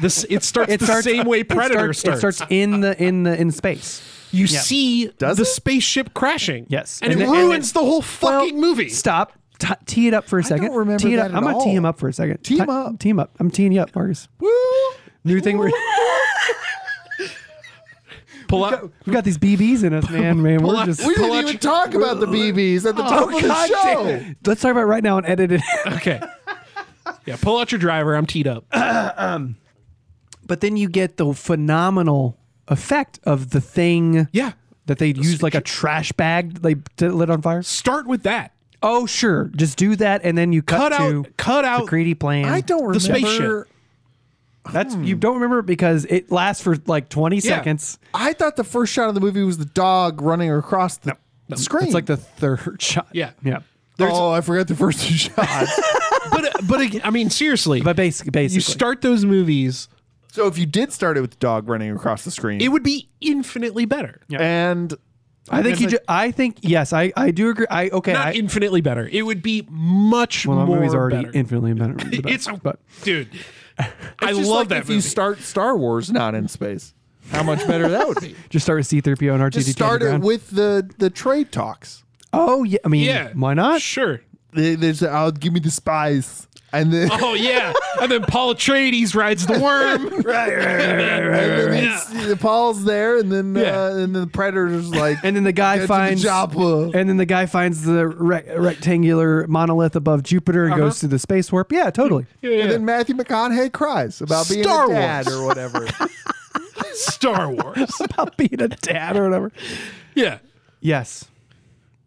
Speaker 3: this. It starts the same way Predator
Speaker 2: it starts,
Speaker 3: starts.
Speaker 2: It starts in the in the in space.
Speaker 3: You see
Speaker 1: Does
Speaker 3: the
Speaker 1: it?
Speaker 3: spaceship crashing.
Speaker 2: Yes.
Speaker 3: and,
Speaker 2: And
Speaker 3: it
Speaker 2: then- and
Speaker 3: ruins the whole fucking
Speaker 2: Well,
Speaker 3: movie.
Speaker 2: Stop. T- tee it up for a second.
Speaker 1: Oh, remember
Speaker 2: tee it
Speaker 1: that
Speaker 2: up.
Speaker 1: at
Speaker 2: I'm gonna
Speaker 1: all.
Speaker 2: tee him up for a second.
Speaker 1: Tee him
Speaker 2: Ti-
Speaker 1: up.
Speaker 2: Tee him up. I'm teeing you up, Marcus.
Speaker 1: Woo!
Speaker 2: New
Speaker 1: (laughs)
Speaker 2: thing we're
Speaker 3: Pull up.
Speaker 2: we got these BBs in us, man. Man, we're
Speaker 1: (laughs)
Speaker 2: just
Speaker 1: We
Speaker 3: Pull
Speaker 1: didn't
Speaker 3: out
Speaker 1: even
Speaker 3: your-
Speaker 1: talk about the BBs
Speaker 3: Oh,
Speaker 1: at the top of the show.
Speaker 2: Let's talk about it right now and edit it. (laughs)
Speaker 3: Okay. Yeah, pull out your driver. I'm teed up.
Speaker 2: Uh. but then you get the phenomenal effect of the thing
Speaker 3: Yeah.
Speaker 2: that they use like a trash bag that they t- lit on fire.
Speaker 3: Start with that.
Speaker 2: Oh sure, just do that and then you cut,
Speaker 3: Cut
Speaker 2: to
Speaker 3: out. Cut
Speaker 2: the
Speaker 3: out.
Speaker 2: greedy plan.
Speaker 1: I don't remember.
Speaker 3: The spaceship.
Speaker 2: That's you
Speaker 3: Hmm.
Speaker 2: don't remember it because it lasts for like 20 seconds.
Speaker 1: I thought the first shot of the movie was the dog running across the screen.
Speaker 2: It's like the third (laughs) shot.
Speaker 3: Yeah.
Speaker 2: yeah.
Speaker 1: oh, I forgot the first (laughs) two shots.
Speaker 3: But uh, but ag- I mean seriously,
Speaker 2: But basically, basically,
Speaker 3: you start those movies.
Speaker 1: so if you did start it with the dog running across the screen,
Speaker 3: It would be infinitely better.
Speaker 1: and
Speaker 2: I think you. Ju- I think yes. I, I do agree. I okay.
Speaker 3: Not
Speaker 2: I,
Speaker 3: infinitely better. It would be much
Speaker 2: well, that
Speaker 3: more
Speaker 2: movie's already
Speaker 3: better.
Speaker 2: infinitely better.
Speaker 3: (laughs) it's a,
Speaker 2: but
Speaker 3: dude. I
Speaker 1: it's
Speaker 3: love
Speaker 1: just like
Speaker 3: that
Speaker 1: if
Speaker 3: movie.
Speaker 1: you start Star Wars not in space, how much better that would be.
Speaker 2: (laughs) just start with C three PO and R two D
Speaker 1: Just
Speaker 2: two.
Speaker 1: start it with the the trade talks.
Speaker 2: Oh yeah. I mean,
Speaker 3: yeah.
Speaker 2: why not?
Speaker 3: Sure.
Speaker 1: They, they say, "Oh, give me the spies," and (laughs) then
Speaker 3: Oh yeah. and then Paul Atreides rides the worm.
Speaker 1: And then
Speaker 3: Yeah.
Speaker 1: it's- Paul's there, and then
Speaker 3: Yeah.
Speaker 1: uh, and then the predator's
Speaker 3: (laughs)
Speaker 1: like,
Speaker 2: And then the guy
Speaker 1: "Get to
Speaker 2: finds.
Speaker 1: the Joppa."
Speaker 2: and then the guy finds the rec- rectangular monolith above Jupiter
Speaker 3: Uh-huh.
Speaker 2: and goes through the space warp. Yeah, totally.
Speaker 3: Yeah, yeah.
Speaker 1: And then Matthew McConaughey cries about being
Speaker 3: Star
Speaker 1: a dad
Speaker 3: Wars.
Speaker 1: or
Speaker 3: (laughs)
Speaker 1: whatever.
Speaker 3: Star Wars.
Speaker 2: About being a dad or whatever.
Speaker 3: yeah.
Speaker 2: Yes,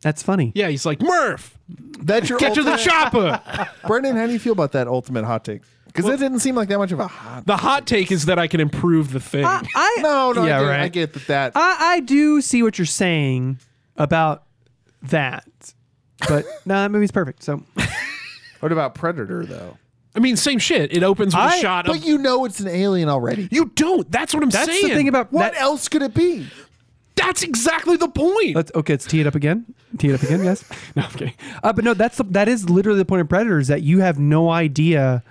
Speaker 2: that's funny.
Speaker 3: Yeah. He's like Murph.
Speaker 1: That's your
Speaker 3: Get to the
Speaker 1: ultimate-
Speaker 3: chopper.
Speaker 1: Brendan, how do you feel about that ultimate hot take? Because it didn't seem like that much of a hot.
Speaker 3: The hot take is that I can improve the thing.
Speaker 2: I
Speaker 1: No, no, I,
Speaker 2: Yeah,
Speaker 1: get,
Speaker 2: right. Uh,
Speaker 1: I get that. That
Speaker 2: I, I do see what you're saying about that,
Speaker 1: (laughs)
Speaker 2: but no, that movie's perfect. So
Speaker 1: what about Predator though?
Speaker 3: I mean, same shit. It opens with a
Speaker 2: I-
Speaker 3: shot
Speaker 1: But
Speaker 3: of.
Speaker 1: you know it's an alien already.
Speaker 3: You don't. That's what I'm
Speaker 2: that's
Speaker 3: saying.
Speaker 2: the thing about
Speaker 1: What
Speaker 2: that.
Speaker 1: else could it be?
Speaker 3: That's exactly the point.
Speaker 2: Let's okay. Let's tee it up again. Tee it up again, guys. (laughs) No, I'm kidding. Uh, but no, that's the, that is literally the point of predators that you have no idea.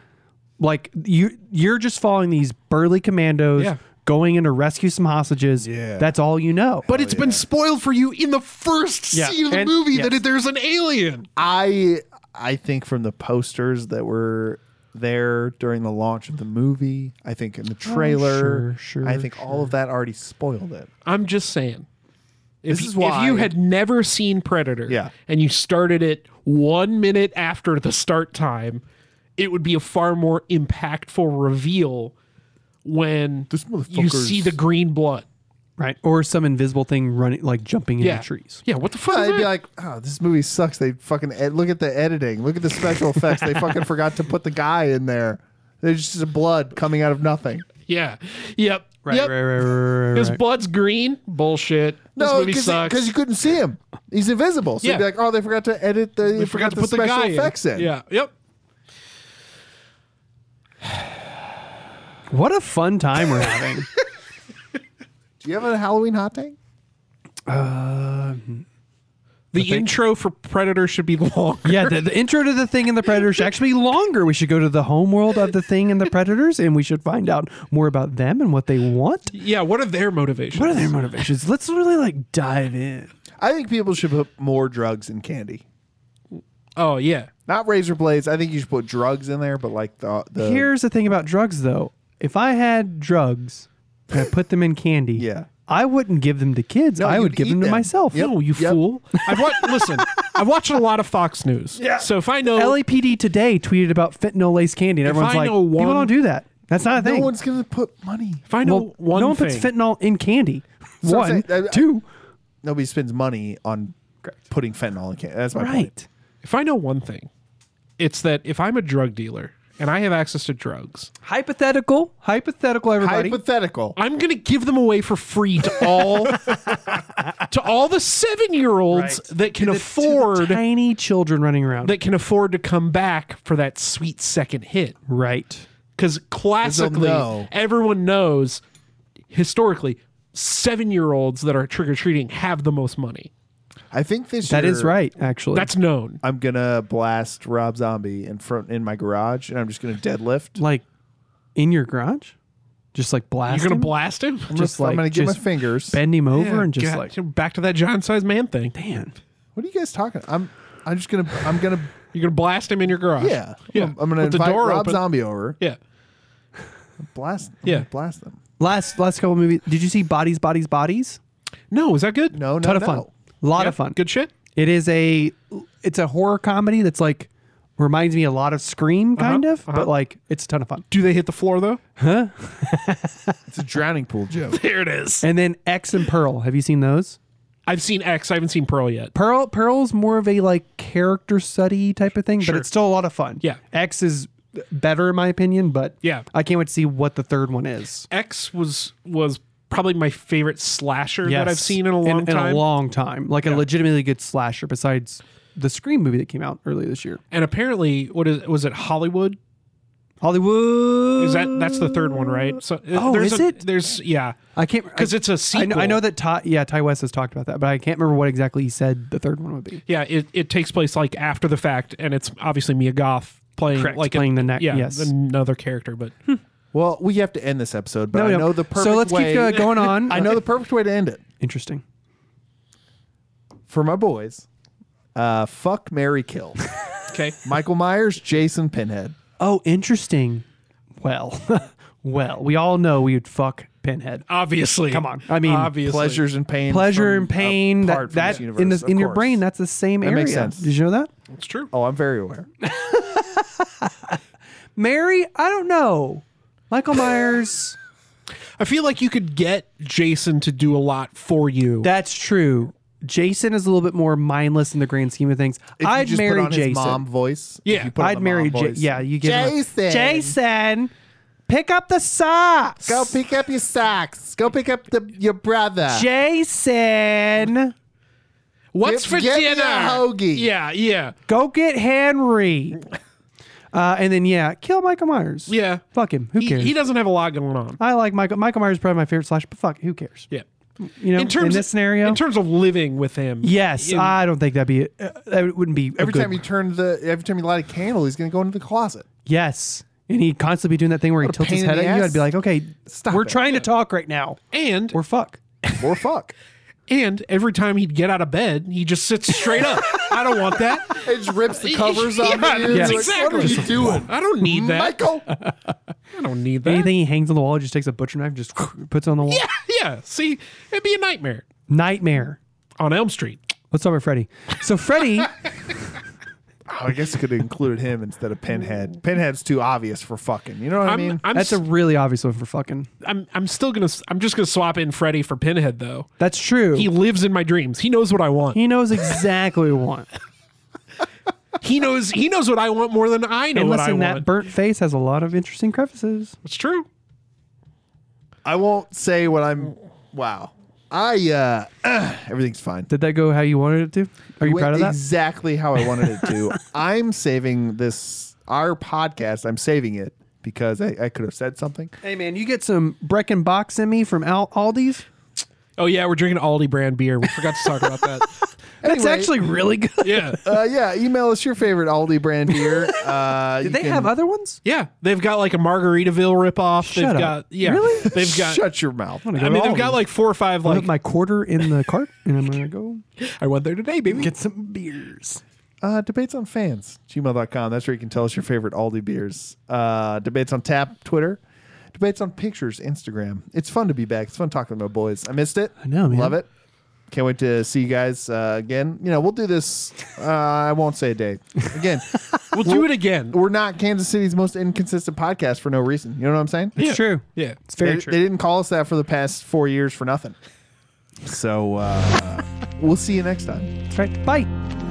Speaker 2: Like you, you're just following these burly commandos
Speaker 3: Yeah.
Speaker 2: going in to rescue some hostages.
Speaker 1: Yeah.
Speaker 2: that's all you know.
Speaker 3: but it's been spoiled for you in the first
Speaker 2: Yeah,
Speaker 3: scene of the
Speaker 2: and-
Speaker 3: movie that
Speaker 2: yes.
Speaker 3: it, there's an alien.
Speaker 1: I I think from the posters that were there during the launch of the movie, I think in the trailer,
Speaker 2: Oh, sure,
Speaker 1: I think all of that already spoiled it.
Speaker 3: I'm just saying. If,
Speaker 1: This is
Speaker 3: if you
Speaker 1: why-
Speaker 3: had never seen Predator
Speaker 1: Yeah.
Speaker 3: and you started it one minute after the start time, it would be a far more impactful reveal when
Speaker 1: This
Speaker 3: you
Speaker 1: motherfucker's-
Speaker 3: see the green blood.
Speaker 2: right, or some invisible thing running, like jumping
Speaker 3: Yeah.
Speaker 2: into trees.
Speaker 3: Yeah, what the fuck?
Speaker 1: But
Speaker 3: is
Speaker 1: I'd be
Speaker 3: that?
Speaker 1: like, oh, this movie sucks. They fucking ed- look at the editing, look at the special effects. They
Speaker 2: (laughs)
Speaker 1: fucking forgot to put the guy in there. There's just blood coming out of nothing.
Speaker 3: yeah. Yep.
Speaker 2: Right,
Speaker 3: yep.
Speaker 2: right, right, right, right,
Speaker 3: His
Speaker 2: right.
Speaker 3: blood's green. Bullshit. this movie sucks.
Speaker 1: because you couldn't see him. He's invisible. So
Speaker 3: Yeah.
Speaker 1: you'd be like, oh, they forgot to edit the,
Speaker 3: I forgot, to put the,
Speaker 1: special
Speaker 3: guy
Speaker 1: effects in.
Speaker 3: Yeah. Yep.
Speaker 2: What a fun time
Speaker 1: (laughs)
Speaker 2: we're having.
Speaker 1: Do you have a Halloween hot take?
Speaker 3: The intro for Predator should be (laughs) longer.
Speaker 2: Yeah, the, the intro to the thing and the predators should actually be longer. We should go to the homeworld of the thing and the predators, and we should find out more about them and what they want.
Speaker 3: Yeah. What are their motivations?
Speaker 2: What are their motivations? Let's really like dive in.
Speaker 1: I think people should put more drugs in candy.
Speaker 3: Oh yeah.
Speaker 1: Not razor blades. I think you should put drugs in there, but like the, the
Speaker 2: Here's the thing about drugs, though. If I had drugs and I put them in candy,
Speaker 1: Yeah.
Speaker 2: I wouldn't give them to kids. I
Speaker 1: you'd
Speaker 2: would give
Speaker 1: eat
Speaker 2: them to
Speaker 1: them.
Speaker 2: myself.
Speaker 1: Yep.
Speaker 3: No, you
Speaker 1: Yep.
Speaker 3: fool. I've watched. listen, I've watched a lot of Fox News. Yeah. So if I know,
Speaker 2: LAPD today tweeted about fentanyl laced candy, and everyone's
Speaker 3: Oh. I
Speaker 2: like,
Speaker 3: know one-
Speaker 2: people don't do that. That's not a
Speaker 1: No
Speaker 2: thing.
Speaker 1: one's gonna put money.
Speaker 3: Find
Speaker 2: well,
Speaker 3: out one
Speaker 2: no one
Speaker 3: thing.
Speaker 2: puts fentanyl in candy.
Speaker 1: So I'm
Speaker 2: one,
Speaker 1: saying- I- I-
Speaker 2: two,
Speaker 1: Nobody spends money on putting fentanyl in candy. That's my point.
Speaker 2: right.
Speaker 3: if I know one thing, it's that if I'm a drug dealer and I have access to drugs,
Speaker 2: Hypothetical, hypothetical, everybody.
Speaker 1: Hypothetical.
Speaker 3: I'm gonna give them away for free to all (laughs) to all the seven year olds
Speaker 2: Right.
Speaker 3: that can
Speaker 2: To the- to the
Speaker 3: afford
Speaker 2: tiny children running around.
Speaker 3: that can afford to come back for that sweet second hit.
Speaker 2: right.
Speaker 3: Because classically,
Speaker 1: know.
Speaker 3: everyone knows historically, seven year olds that are trick or treating have the most money.
Speaker 1: I think this
Speaker 2: That
Speaker 1: year
Speaker 2: is right. Actually,
Speaker 3: That's known.
Speaker 1: I'm gonna blast Rob Zombie in front in my garage, and I'm just gonna deadlift.
Speaker 2: like in your garage, just like blast.
Speaker 3: You're gonna
Speaker 2: him?
Speaker 3: blast him.
Speaker 2: Just
Speaker 1: I'm
Speaker 2: like
Speaker 1: gonna get my
Speaker 2: just
Speaker 1: fingers.
Speaker 2: bend him over
Speaker 3: Yeah,
Speaker 2: and just
Speaker 3: God,
Speaker 2: like
Speaker 3: back to that giant sized man thing.
Speaker 2: man.
Speaker 1: what are you guys talking? I'm I'm just gonna I'm gonna
Speaker 3: You're gonna blast him in your garage.
Speaker 1: yeah.
Speaker 3: yeah.
Speaker 1: I'm, I'm gonna
Speaker 3: With the
Speaker 1: invite
Speaker 3: door
Speaker 1: Rob
Speaker 3: open.
Speaker 1: Zombie over.
Speaker 3: Yeah.
Speaker 1: Blast. I'm
Speaker 3: Yeah.
Speaker 1: gonna blast them.
Speaker 2: Last last couple movies. Did you see Bodies, Bodies, Bodies?
Speaker 3: No, is that good?
Speaker 1: No, no,
Speaker 2: Ton of
Speaker 1: no.
Speaker 2: fun. A lot
Speaker 3: Yeah,
Speaker 2: of fun.
Speaker 3: Good shit.
Speaker 2: It is a it's a horror comedy that's like reminds me a lot of Scream
Speaker 3: Uh-huh,
Speaker 2: kind of, but like it's a ton of fun.
Speaker 3: Do they hit the floor (laughs) though?
Speaker 1: It's a drowning pool joke.
Speaker 3: There it is.
Speaker 2: And then X and Pearl. Have you seen those?
Speaker 3: I've seen X. I haven't seen Pearl yet.
Speaker 2: Pearl Pearl's more of a like character study type of thing, but it's still a lot of fun.
Speaker 3: Yeah.
Speaker 2: X is better in my opinion, but
Speaker 3: Yeah.
Speaker 2: I can't wait to see what the third one is.
Speaker 3: X was was probably my favorite slasher that I've
Speaker 2: Yes.
Speaker 3: seen in a long time,
Speaker 2: In a long time. Like a legitimately good slasher besides the Scream movie that came out earlier this year.
Speaker 3: and apparently, what is was it Hollywood?
Speaker 2: Hollywood.
Speaker 3: Is that that's the third one, right? So uh,
Speaker 2: Oh,
Speaker 3: there's
Speaker 2: is
Speaker 3: a,
Speaker 2: it?
Speaker 3: There's yeah,
Speaker 2: I can't
Speaker 3: because
Speaker 2: I-
Speaker 3: it's a
Speaker 2: I
Speaker 3: sequel.
Speaker 2: know, I know that Ty, yeah, Ty West has talked about that, but I can't remember what exactly he said the third one would be.
Speaker 3: Yeah, it, it takes place like after the fact, and it's obviously Mia Goth playing
Speaker 2: Correct,
Speaker 3: like
Speaker 2: playing
Speaker 3: a,
Speaker 2: the neck-
Speaker 3: Yeah,
Speaker 2: yes.
Speaker 3: another character, but
Speaker 1: (laughs) Well, we have to end this episode, but I
Speaker 2: we don't.
Speaker 1: know the perfect
Speaker 2: so let's
Speaker 1: way.
Speaker 2: keep uh, going
Speaker 1: (laughs)
Speaker 2: on.
Speaker 1: I know the perfect way to end it
Speaker 2: Interesting.
Speaker 1: for my boys. Uh, fuck Mary Kill.
Speaker 3: okay.
Speaker 1: Michael Myers, Jason
Speaker 2: (laughs)
Speaker 1: Pinhead.
Speaker 2: Oh, interesting.
Speaker 1: (laughs)
Speaker 2: Well, well, we all know we would fuck Pinhead.
Speaker 3: Obviously,
Speaker 2: Come on. I mean,
Speaker 3: obviously,
Speaker 1: Pleasures and pain.
Speaker 2: Pleasure
Speaker 1: from-
Speaker 2: and pain.
Speaker 1: apart from
Speaker 2: That, that
Speaker 1: this
Speaker 2: in
Speaker 1: universe,
Speaker 2: this
Speaker 1: of
Speaker 2: in your
Speaker 1: course.
Speaker 2: brain, that's the same
Speaker 1: That
Speaker 2: area.
Speaker 1: makes sense.
Speaker 2: Did you know that?
Speaker 3: It's true.
Speaker 1: Oh, I'm very aware.
Speaker 2: Mary, I don't know. Michael Myers.
Speaker 3: I feel like you could get Jason to do a lot for you.
Speaker 2: that's true. Jason is a little bit more mindless in the grand scheme of things.
Speaker 1: If you
Speaker 2: I'd
Speaker 1: just
Speaker 2: marry
Speaker 1: put on
Speaker 2: Jason.
Speaker 1: His mom voice. if
Speaker 3: Yeah.
Speaker 1: you put on
Speaker 2: I'd
Speaker 1: the
Speaker 2: marry
Speaker 1: mom
Speaker 2: Ja-
Speaker 1: voice.
Speaker 2: yeah. You get
Speaker 1: Jason.
Speaker 2: Jason, pick up the socks.
Speaker 1: Go pick up your socks. Go pick up the, your brother.
Speaker 2: Jason,
Speaker 3: What's
Speaker 1: Get-
Speaker 3: for
Speaker 1: get me a
Speaker 3: dinner?
Speaker 1: hoagie.
Speaker 3: Yeah, yeah,
Speaker 2: go get Henry. Uh, and then yeah, kill Michael Myers.
Speaker 3: yeah.
Speaker 2: Fuck him. Who
Speaker 3: He,
Speaker 2: cares?
Speaker 3: he doesn't have a lot going on.
Speaker 2: I like Michael. Michael Myers is probably my favorite slash, but fuck, who cares?
Speaker 3: Yeah.
Speaker 2: You know, in,
Speaker 3: of
Speaker 2: this scenario,
Speaker 3: in terms of living with him.
Speaker 2: yes,
Speaker 3: in-
Speaker 2: I don't think that'd be uh, that wouldn't be a
Speaker 1: Every
Speaker 2: good
Speaker 1: time you turn the, every time you light a candle, he's gonna go into the closet.
Speaker 2: Yes. And he'd constantly be doing that thing where he tilts
Speaker 1: pain
Speaker 2: his
Speaker 1: in
Speaker 2: head
Speaker 1: the
Speaker 2: at you.
Speaker 1: ass.
Speaker 2: I'd be like, okay,
Speaker 1: Stop
Speaker 2: we're
Speaker 1: it.
Speaker 2: trying to talk right now.
Speaker 3: and
Speaker 2: We're fuck.
Speaker 1: Or fuck.
Speaker 3: and every time he'd get out of bed, he just sits
Speaker 2: (laughs)
Speaker 3: straight up. I don't want that.
Speaker 1: (laughs) It just rips the covers off.
Speaker 3: (laughs) Yeah,
Speaker 1: of you.
Speaker 3: that's
Speaker 1: Like,
Speaker 3: exactly.
Speaker 1: What are you doing,
Speaker 3: I don't need
Speaker 1: (laughs)
Speaker 3: that.
Speaker 1: Michael?
Speaker 3: I don't need that.
Speaker 2: Anything he hangs on the wall, he just takes a butcher knife, and just (laughs) puts it on the wall.
Speaker 3: Yeah, yeah. See, it'd be a nightmare
Speaker 2: Nightmare.
Speaker 3: on Elm Street.
Speaker 2: Let's talk about Freddy. So Freddy,
Speaker 1: Oh, I guess you could have included him instead of Pinhead. Pinhead's too obvious for fucking. You know what i
Speaker 3: I'm,
Speaker 1: mean?
Speaker 3: I'm,
Speaker 2: that's a really obvious one for fucking.
Speaker 3: am I'm still gonna. s- I'm just gonna swap in Freddy for Pinhead though.
Speaker 2: That's true.
Speaker 3: He
Speaker 2: He,
Speaker 3: lives in my dreams. He knows what I want.
Speaker 2: knows exactly what we
Speaker 3: (laughs)
Speaker 2: want.
Speaker 3: He knows. He knows what I want more than I know
Speaker 2: And
Speaker 3: what I
Speaker 2: listen,
Speaker 3: want.
Speaker 2: that burnt face has a lot of interesting crevices.
Speaker 3: it's true.
Speaker 1: I won't say what I'm. Wow. I uh, (clears throat) everything's fine.
Speaker 2: Did that go how you wanted it to? Are you
Speaker 1: Went
Speaker 2: proud of that?
Speaker 1: Exactly how I wanted it (laughs) to. I'm saving this our podcast. I'm saving it because I, I could have said something.
Speaker 2: Hey man, you get some Brecken box in me from Al- Aldi's.
Speaker 3: Oh yeah, we're drinking Aldi brand beer. We forgot to talk about that.
Speaker 2: (laughs) That's
Speaker 1: Anyway.
Speaker 2: actually really good.
Speaker 3: Yeah.
Speaker 1: Uh, yeah, email us your favorite Aldi brand (laughs) beer. Uh,
Speaker 2: Did (laughs) they have other ones?
Speaker 3: Yeah, they've got like a Margaritaville ripoff.
Speaker 2: Shut
Speaker 3: they've
Speaker 2: up.
Speaker 3: got yeah,
Speaker 2: Really?
Speaker 3: they've got.
Speaker 1: Shut your mouth.
Speaker 2: gonna
Speaker 3: I
Speaker 2: go
Speaker 3: mean,
Speaker 2: to
Speaker 3: they've
Speaker 2: Aldi.
Speaker 3: got like four or five
Speaker 2: I
Speaker 3: like
Speaker 2: put my quarter in the cart and I'm gonna (laughs) go
Speaker 3: I went there today, baby.
Speaker 2: get some beers.
Speaker 1: Uh, debates on fans, gmail.com. That's where you can tell us your favorite Aldi beers. Uh, debates on tap, Twitter. Debates on pictures, Instagram. It's fun to be back. It's fun talking about boys. I missed it. I
Speaker 2: know, man.
Speaker 1: Love it. Can't wait to see you guys uh, again. You know, we'll do this. Uh, I won't say a day again. (laughs)
Speaker 3: We'll do it again.
Speaker 1: we're not Kansas City's most inconsistent podcast for no reason. You know what I'm saying?
Speaker 2: It's true.
Speaker 3: Yeah.
Speaker 2: It's very
Speaker 1: they,
Speaker 2: true.
Speaker 1: they didn't call us that for the past four years for nothing. So uh, we'll see you next time.
Speaker 2: That's right. Bye.